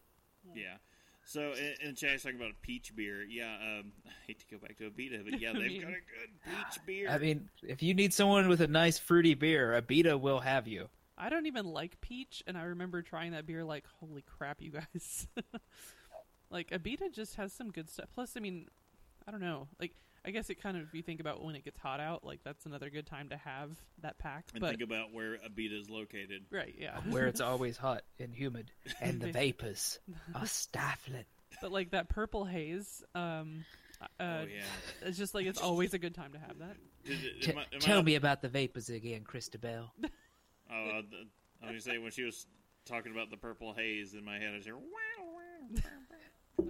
A: Hmm.
C: Yeah. So, and, and Chad's talking about a peach beer. Yeah, um, I hate to go back to a beta, but yeah,
A: I
C: they've
A: mean-
C: got a good peach beer.
B: I mean, if you need someone with a nice fruity beer, Abita will have you.
A: I don't even like peach, and I remember trying that beer like, holy crap, you guys. like, Abita just has some good stuff. Plus, I mean, I don't know. Like, I guess it kind of, if you think about when it gets hot out, like, that's another good time to have that pack.
C: and
A: but,
C: think about where a beta is located.
A: right, yeah.
B: where it's always hot and humid, and the vapors are stifling.
A: but, like, that purple haze, um, uh,
C: oh yeah.
A: it's just like, it's always a good time to have that.
C: Did it-
B: T-
C: am I- am I
B: tell
C: not-
B: me about the vapors again, Christabel.
C: Oh, uh, th- I was gonna say when she was talking about the purple haze in my head, I was here. Wow, wow.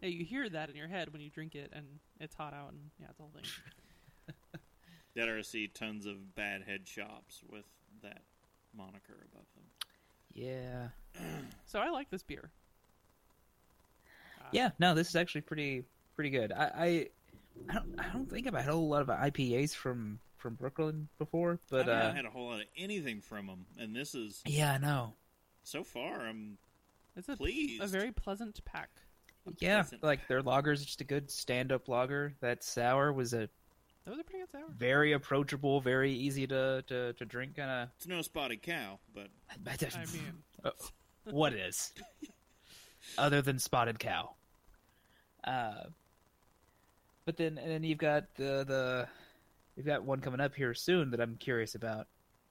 A: Yeah, you hear that in your head when you drink it, and it's hot out, and yeah, it's all thing.
C: That or I see tons of bad head shops with that moniker above them.
B: Yeah.
A: So, I like this beer. Uh,
B: Yeah, no, this is actually pretty pretty good. I I, I don't I don't think I've had a whole lot of IPAs from from Brooklyn before, but
C: I
B: uh
C: haven't had a whole lot of anything from them, and this is
B: yeah, I know.
C: so far. I'm
A: It's a, a
C: Pleased.
A: very pleasant pack.
B: Yeah,
C: pleasant.
B: like their lager is just a good stand-up lager. That sour was a
A: That was a pretty good sour.
B: very approachable, very easy to to, to drink kind
C: it's no spotted cow, but
B: of.
A: I mean,
B: what is other than spotted cow uh but then and then you've got the the you've got one coming up here soon that i'm curious about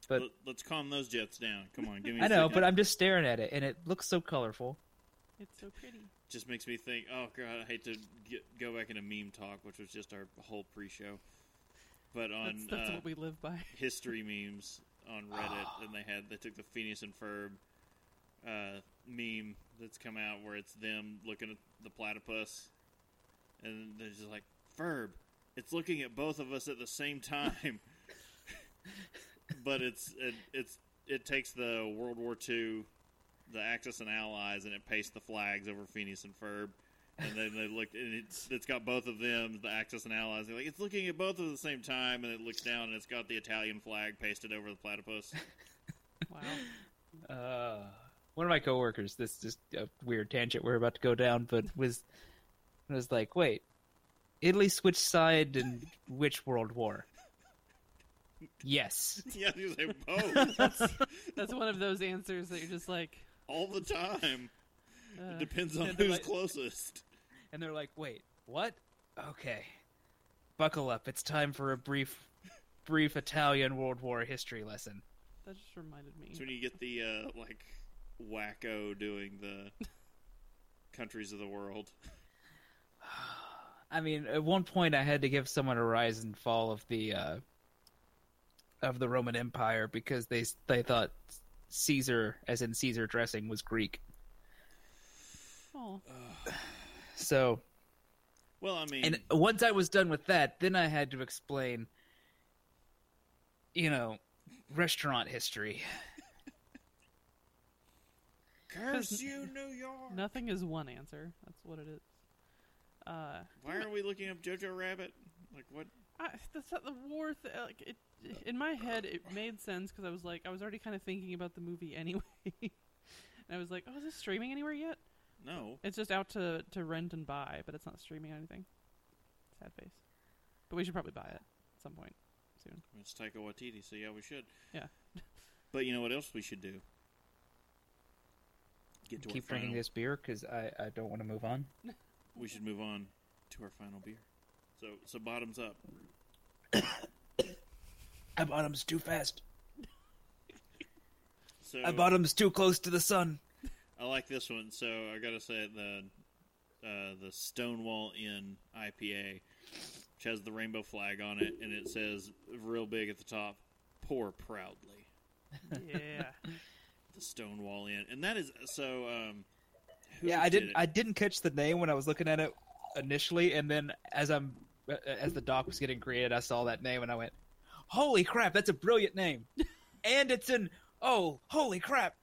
B: But-
C: let, let's calm those jets down. Come on, give me.
B: i
C: a
B: know
C: second.
B: but i'm just staring at it and it looks so colorful
A: it's so pretty.
C: just makes me think. Oh god, I hate to get, go back into meme talk, which was just our whole pre-show. But on
A: That's, that's
C: uh,
A: what we live by.
C: history memes on Reddit, and they had they took the Phineas and Ferb uh, meme that's come out where it's them looking at the platypus, and they're just like Ferb, it's looking at both of us at the same time. but it's it, it's it takes the World War II, the Axis and Allies, and it pastes the flags over Phineas and Ferb. And then they looked, and it's, it's got both of them, the Axis and Allies. They're like, it's looking at both of them at the same time, and it looks down, and it's got the Italian flag pasted over the platypus.
A: Wow.
B: uh one of my coworkers this is a weird tangent we're about to go down but was was like wait italy switched side in which world war yes
C: yeah, you say both
A: That's one of those answers that you're just like,
C: all the time.
A: Uh,
C: It depends on
B: and they're
C: who's
B: like-
C: closest.
B: and they're like, "Wait, what? Okay, buckle up. It's time for a brief, brief Italian World War history lesson."
A: that just reminded me.
C: It's when you get the uh, like wacko doing the countries of the world.
B: I mean, at one point, I had to give someone a rise and fall of the uh, of the Roman Empire because they they thought Caesar, as in Caesar dressing, was Greek.
A: Oh,
B: So
C: Well, I mean,
B: And once I was done with that, then I had to explain, you know, restaurant history.
C: curse you, New York.
A: nothing is one answer. That's what it is. Uh,
C: Why are we looking up Jojo Rabbit? Like what?
A: I, that's not the war thing. Like it, in my head, it made sense because I was like, I was already kind of thinking about the movie anyway, and I was like, oh, is this streaming anywhere yet?
C: No.
A: It's just out to to rent and buy, but it's not streaming or anything. Sad face. But we should probably buy it at some point soon.
C: It's Taika Waititi, so yeah, we should.
A: Yeah.
C: But you know what else we should do? Get to
B: Keep
C: our final.
B: drinking this beer because I, I don't want to move on.
C: We should move on to our final beer. So, so bottoms up.
B: I bought 'em's too fast.
C: So
B: I bought 'em's too close to the sun.
C: I like this one. So I gotta say the uh, the Stonewall Inn IPA, which has the rainbow flag on it, and it says real big at the top, "Pour proudly."
A: yeah.
C: The Stonewall Inn, and that is so. Um, who
B: Yeah, I
C: did
B: didn't
C: it?
B: I didn't catch the name when I was looking at it initially, and then as I'm as the doc was getting created, I saw that name and I went, "Holy crap, that's a brilliant name!" and it's in oh, holy crap.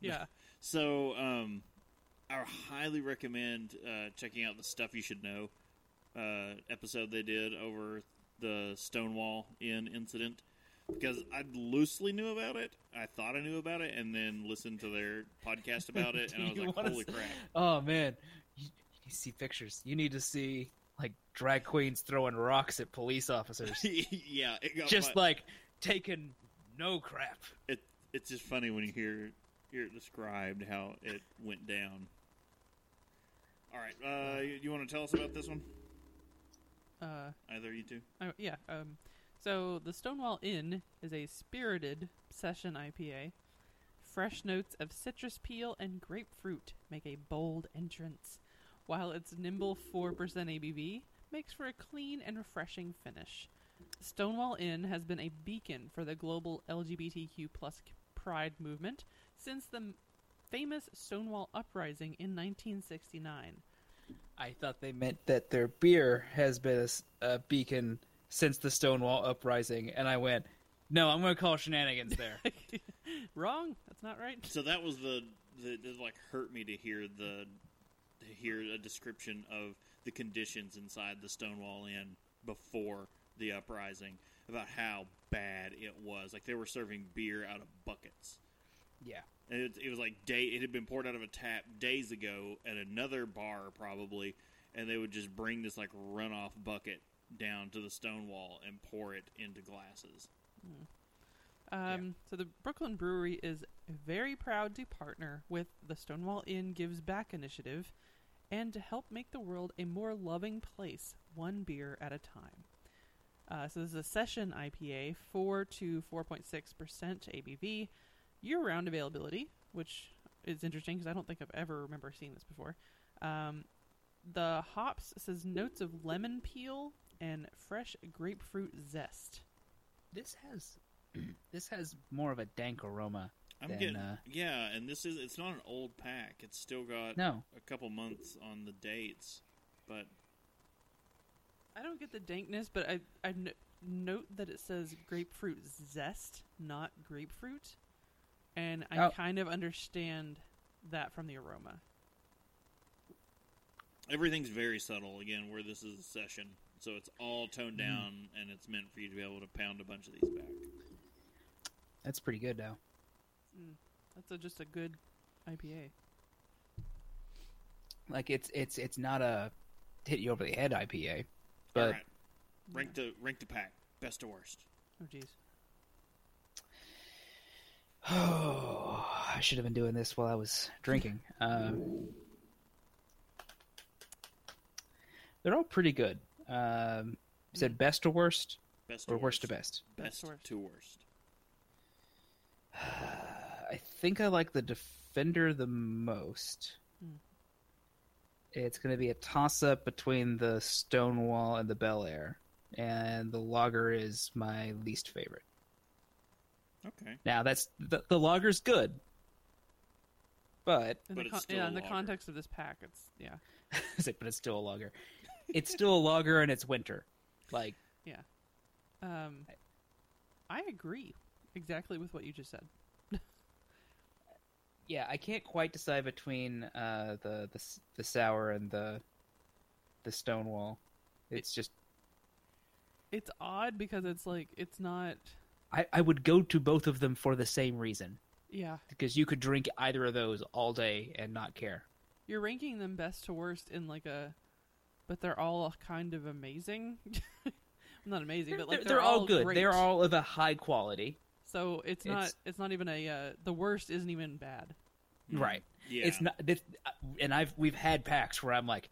A: Yeah.
C: So, um, I highly recommend uh, checking out the Stuff You Should Know uh, episode they did over the Stonewall Inn incident because I loosely knew about it. I thought I knew about it and then listened to their podcast about it, and I was
B: You
C: like,
B: wanna
C: holy
B: s-
C: crap.
B: Oh man, you, you need to see pictures. You need to see like drag queens throwing rocks at police officers,
C: yeah, it got
B: just
C: my-
B: like taking no crap.
C: it, it's just funny when you hear, hear it described how it went down. All right, uh, you, you want to tell us about this one?
A: Uh,
C: Either you two?
A: I, yeah. Um, so the Stonewall Inn is a spirited session IPA. Fresh notes of citrus peel and grapefruit make a bold entrance, while its nimble 4% ABV makes for a clean and refreshing finish. Stonewall Inn has been a beacon for the global LGBTQ plus pride movement since the m- famous Stonewall Uprising in 1969.
B: I thought they meant that their beer has been a s- a, beacon since the Stonewall uprising, and I went, no, I'm going to call shenanigans there.
A: Wrong? That's not right.
C: So that was the, the it like hurt me to hear the to hear a description of the conditions inside the Stonewall Inn before the uprising about how bad it was. Like they were serving beer out of buckets.
B: yeah,
C: And it, it was like day. It had been poured out of a tap days ago at another bar, probably, and they would just bring this like runoff bucket down to the Stonewall and pour it into glasses.
A: Um, So the Brooklyn Brewery is very proud to partner with the Stonewall Inn Gives Back initiative and to help make the world a more loving place, one beer at a time. Uh, so this is a session IPA, 4 to 4.6% ABV, year round availability, which is interesting because I don't think I've ever remember seeing this before. Um, the hops says notes of lemon peel and fresh grapefruit zest.
B: this has this has more of a dank aroma.
C: I'm
B: than,
C: getting
B: uh,
C: yeah, and this is it's not an old pack. It's still got
B: No.
C: a couple months on the dates, but
A: I don't get the dankness, but I I no- note that it says grapefruit zest, not grapefruit, and I
B: Oh.
A: kind of understand that from the aroma.
C: everything's very subtle. Again, where this is a session, so it's all toned
B: Mm-hmm.
C: down, and it's meant for you to be able to pound a bunch of these back.
B: That's pretty good, though.
A: That's a, just a good IPA.
B: Like it's it's it's not a hit you over the head IPA, but
C: all right, rank the rank the pack, best to worst.
A: Oh jeez.
B: I should have been doing this while I was drinking. Um, They're all pretty good. Um, you said best to worst
C: Best
B: or worst to best.
A: Best
C: Best
A: to worst.
C: to worst.
B: I think I like the defender the most.
A: Hmm.
B: It's going to be a toss up between the Stonewall and the Bel Air, and the Logger is my least favorite.
C: Okay.
B: Now that's the, the Logger's good, but
A: In
C: But
A: the
C: it's still
A: yeah,
C: a
A: in the
C: logger.
A: context of this pack, it's yeah,
B: I said, but it's still a Logger. It's still a Logger, and it's winter. Like
A: yeah. Um, I agree exactly with what you just said.
B: yeah, I can't quite decide between uh, the, the s- the sour and the the Stonewall. It's just
A: It's odd because it's like it's not.
B: I, I would go to both of them for the same reason
A: Yeah,
B: because you could drink either of those all day and not care.
A: you're ranking them best to worst in like a, but they're all kind of amazing. not amazing, but like
B: they're, they're all, good.
A: great.
B: They're all of a high quality.
A: So it's not. It's,
B: It's-
A: not even a. Uh, the worst isn't even bad.
C: Mm.
B: Mm-hmm. Right.
C: Yeah.
B: It's not this, uh, and I've we've had packs where I'm like,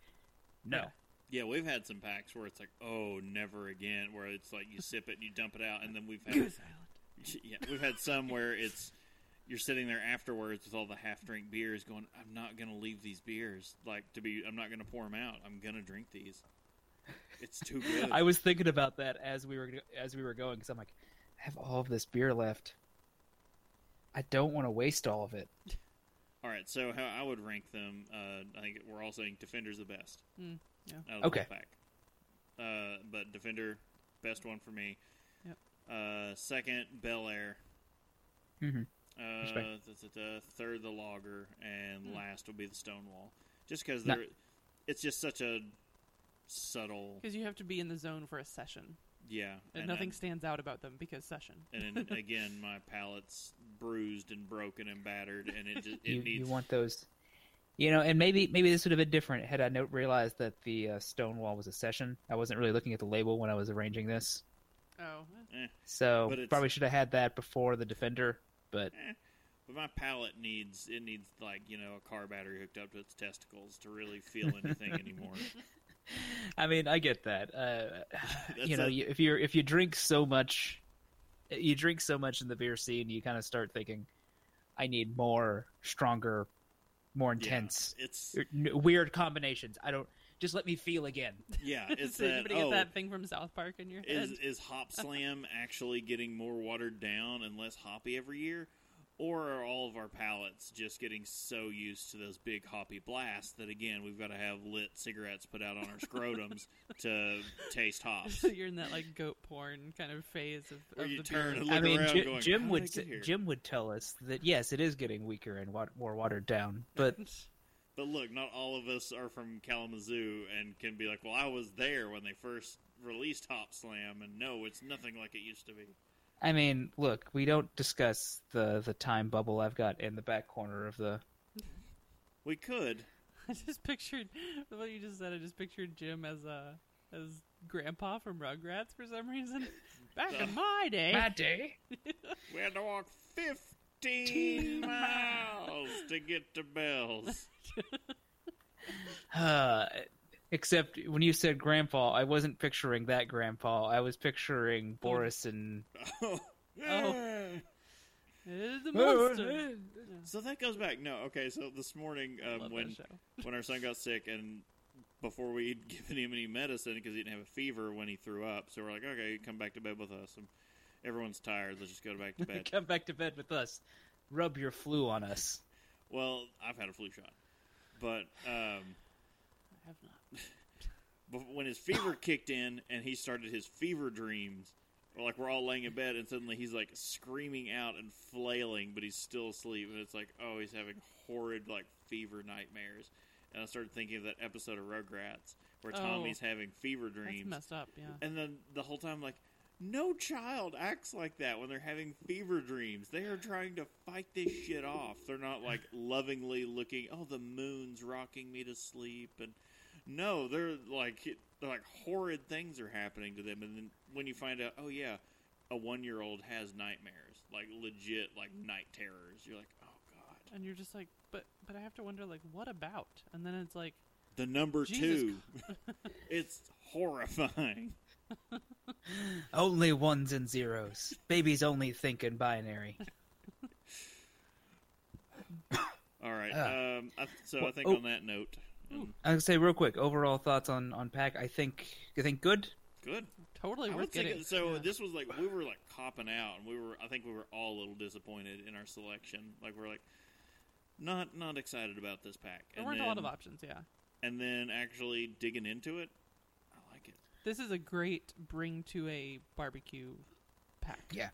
B: no,
A: Yeah.
C: Yeah, we've had some packs where it's like, oh, never again. Where it's like you sip it and you dump it out, and then we've had yeah, we've had some where it's you're sitting there afterwards with all the half drink beers, going, I'm not gonna leave these beers. Like to be, I'm not gonna pour them out. I'm gonna drink these. It's too good.
B: I was thinking about that as we were as we were going because I'm like, I have all of this beer left. I don't want to waste all of it.
C: all right, so how I would rank them? Uh, I think we're all saying Defender's the best.
A: Mm, yeah.
C: Out of the
B: Okay.
C: whole pack. Uh, but Defender, best one for me.
A: Yep.
C: Uh, second, Bel Air.
B: Mhm.
C: Uh,
B: Respect.
C: th- th- th- third, the Logger, and
A: Hmm.
C: last will be the Stonewall. Just because
B: No.
C: they're, it's just such a subtle,
A: Because you have to be in the zone for a session,
C: yeah.
A: and,
C: I-
A: nothing stands out about them because session.
C: and then, again, my palate's bruised and broken and battered, and it just, it
B: you,
C: needs
B: you want those, you know. And maybe maybe this would have been different had I not realized that the uh, Stonewall was a session. I wasn't really looking at the label when I was arranging this.
A: Oh,
B: So
C: But it's-
B: probably should have had that before the defender, but
C: But my palate needs it needs like you know a car battery hooked up to its testicles to really feel anything anymore.
B: I mean, I get that. Uh,
C: That's
B: you know,
C: a-
B: you, if you're if you drink so much, you drink so much in the beer scene, you kind of start thinking, I need more, stronger, more
C: Yeah,
B: intense,
C: it's
B: or n- weird combinations. I don't just let me feel again.
C: yeah, it's
A: so you
C: that.
A: better
C: Oh,
A: get that thing from South Park in your head.
C: is is Hop Slam actually getting more watered down and less hoppy every year, or are all of our palates just getting so used to those big hoppy blasts that again we've got to have lit cigarettes put out on our scrotums to taste hops?
A: so you're in that like goat porn kind of phase of,
C: Where
A: of
C: you
A: the
C: turn
A: beer.
C: and
B: I
C: Look
B: mean,
C: around
B: Ji-
C: going, "How
B: Jim
C: did I
B: would
C: get
B: s-
C: here?"
B: Jim would tell us that yes, it is getting weaker and wa- more watered down, but
C: But look, not all of us are from Kalamazoo and can be like, "Well, I was there when they first released Hop Slam, and no, it's nothing like it used to be."
B: I mean, look, we don't discuss the the time bubble I've got in the back corner of the
C: We could.
A: I just pictured with what you just said. I just pictured Jim as a as Grandpa from Rugrats for some reason. Back in my
B: Eh.
A: day,
B: day.
C: We had to walk fifteen miles to get to Bell's.
B: Uh, except when you said grandpa, I wasn't picturing that grandpa. I was picturing Boris and.
C: oh.
A: Oh. It's the monster.
C: So that goes back. No, okay. So this morning,
A: I love
C: um, when
A: that show.
C: when our son got sick and before we'd given him any medicine because he didn't have a fever when he threw up, so we're like, okay, come back to bed with us. And everyone's tired. Let's just go back to bed.
B: Come back to bed with us. Rub your flu on us.
C: well, I've had a flu shot, but um,
A: I have not.
C: bef- when his fever kicked in and he started his fever dreams, we're like we're all laying in bed and suddenly he's like screaming out and flailing, but he's still asleep. And it's like, oh, he's having horrid like fever nightmares. And I started thinking of that episode of Rugrats where
A: Oh.
C: Tommy's having fever
A: That's
C: dreams.
A: messed up. Yeah.
C: And then the whole time, like, no child acts like that when they're having fever dreams. They are trying to fight this shit off. They're not like lovingly looking. Oh, the moon's rocking me to sleep, and no, they're like they're like horrid things are happening to them. And then when you find out, oh yeah, a one year old has nightmares, like legit, like night terrors. You're like, oh god,
A: And you're just like, but but I have to wonder like what about? And then it's like,
C: The number
A: Jesus
C: two. it's horrifying.
B: Only ones and zeros. Babies only think in binary.
C: All right.
B: Ah.
C: um, I, so I
B: Well,
C: think
B: oh.
C: on that note, um,
B: I would say real quick, overall thoughts on on pack. I think I think good.
C: good.
A: Totally
C: I
A: worth
C: would think
A: getting.
C: it- so.
A: Yeah.
C: This was like we were like copping out, and we were. I think we were all a little disappointed in our selection. Like we're like not not excited about this pack.
A: there
C: And
A: weren't a lot of
C: then-
A: options. Yeah,
C: And then actually digging into it, I like it.
A: this is a great bring to a barbecue pack.
B: Yeah.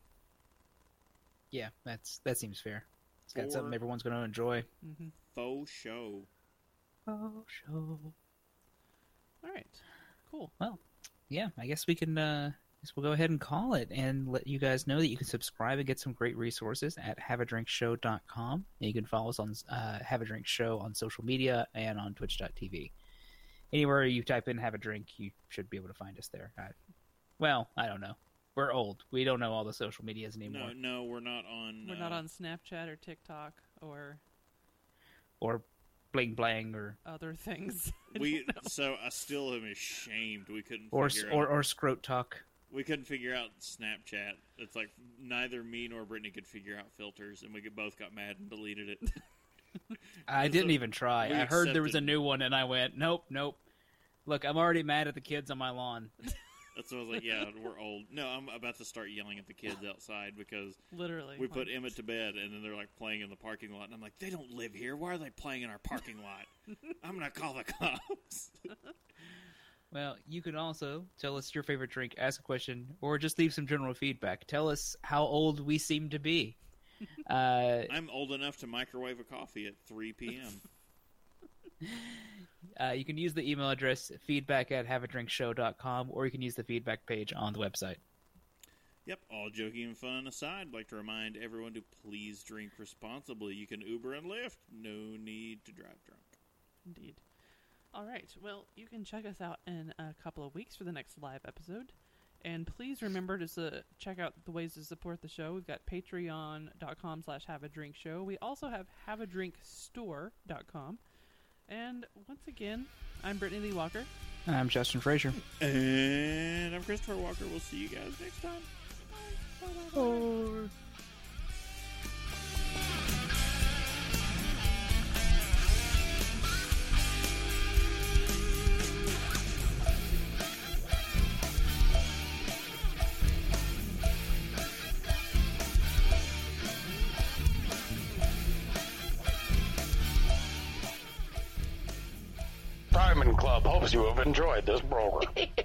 B: Yeah, that's that seems fair. It's got
C: Or-
B: something everyone's going to enjoy.
A: Mm-hmm.
C: Faux show.
B: Oh, sure.
A: All right, cool.
B: Yeah, I guess we can. uh guess We'll go ahead and call it and let you guys know that you can subscribe and get some great resources at haveadrinkshow.com. And you can follow us on uh, Have a Drink Show on social media and on twitch.tv. Anywhere you type in Have a Drink, you should be able to find us there. I, well, I don't know. We're old. We don't know all the social medias anymore.
C: No, no, we're not on.
A: We're
C: uh,
A: not on Snapchat or TikTok or
B: Or Bling Blang or
A: other things. I
C: We
A: don't know.
C: so I still am ashamed we couldn't
B: or
C: figure
B: or,
C: out,
B: or Scroat Talk.
C: we couldn't figure out Snapchat. It's like neither me nor Brittany could figure out filters, and we could- both got mad and deleted it.
B: I
C: It's
B: didn't
C: a-
B: even try.
C: we
B: I heard there was a
C: accepted-
B: new one, and I went, nope, nope. Look, I'm already mad at the kids on my lawn.
C: That's what I was like. Yeah, we're old. No, I'm about to start yelling at the kids outside because
A: literally
C: we
A: like,
C: put Emmett to bed, and then they're like playing in the parking lot, and I'm like, they don't live here. Why are they playing in our parking lot? I'm gonna call the cops.
B: Well, you can also tell us your favorite drink, ask a question, or just leave some general feedback. Tell us how old we seem to be. Uh,
C: I'm old enough to microwave a coffee at 3 p.m.
B: uh, you can use the email address feedback at haveadrinkshow.com, or you can use the feedback page on the website.
C: Yep, all joking and fun aside, I'd like to remind everyone to please drink responsibly. You can Uber and Lyft. No need to drive drunk.
A: Indeed. All right. Well, you can check us out in a couple of weeks for the next live episode. And please remember to su- check out the ways to support the show. We've got patreon.com slash have a drink show. We also have haveadrinkstore.com. And once again, I'm Brittany Lee Walker.
B: I'm Justin Frazier.
C: And I'm Christopher Walker. We'll see you guys next time.
A: Bye, bye, bye, bye.
F: Diamond Club hopes you have enjoyed this program.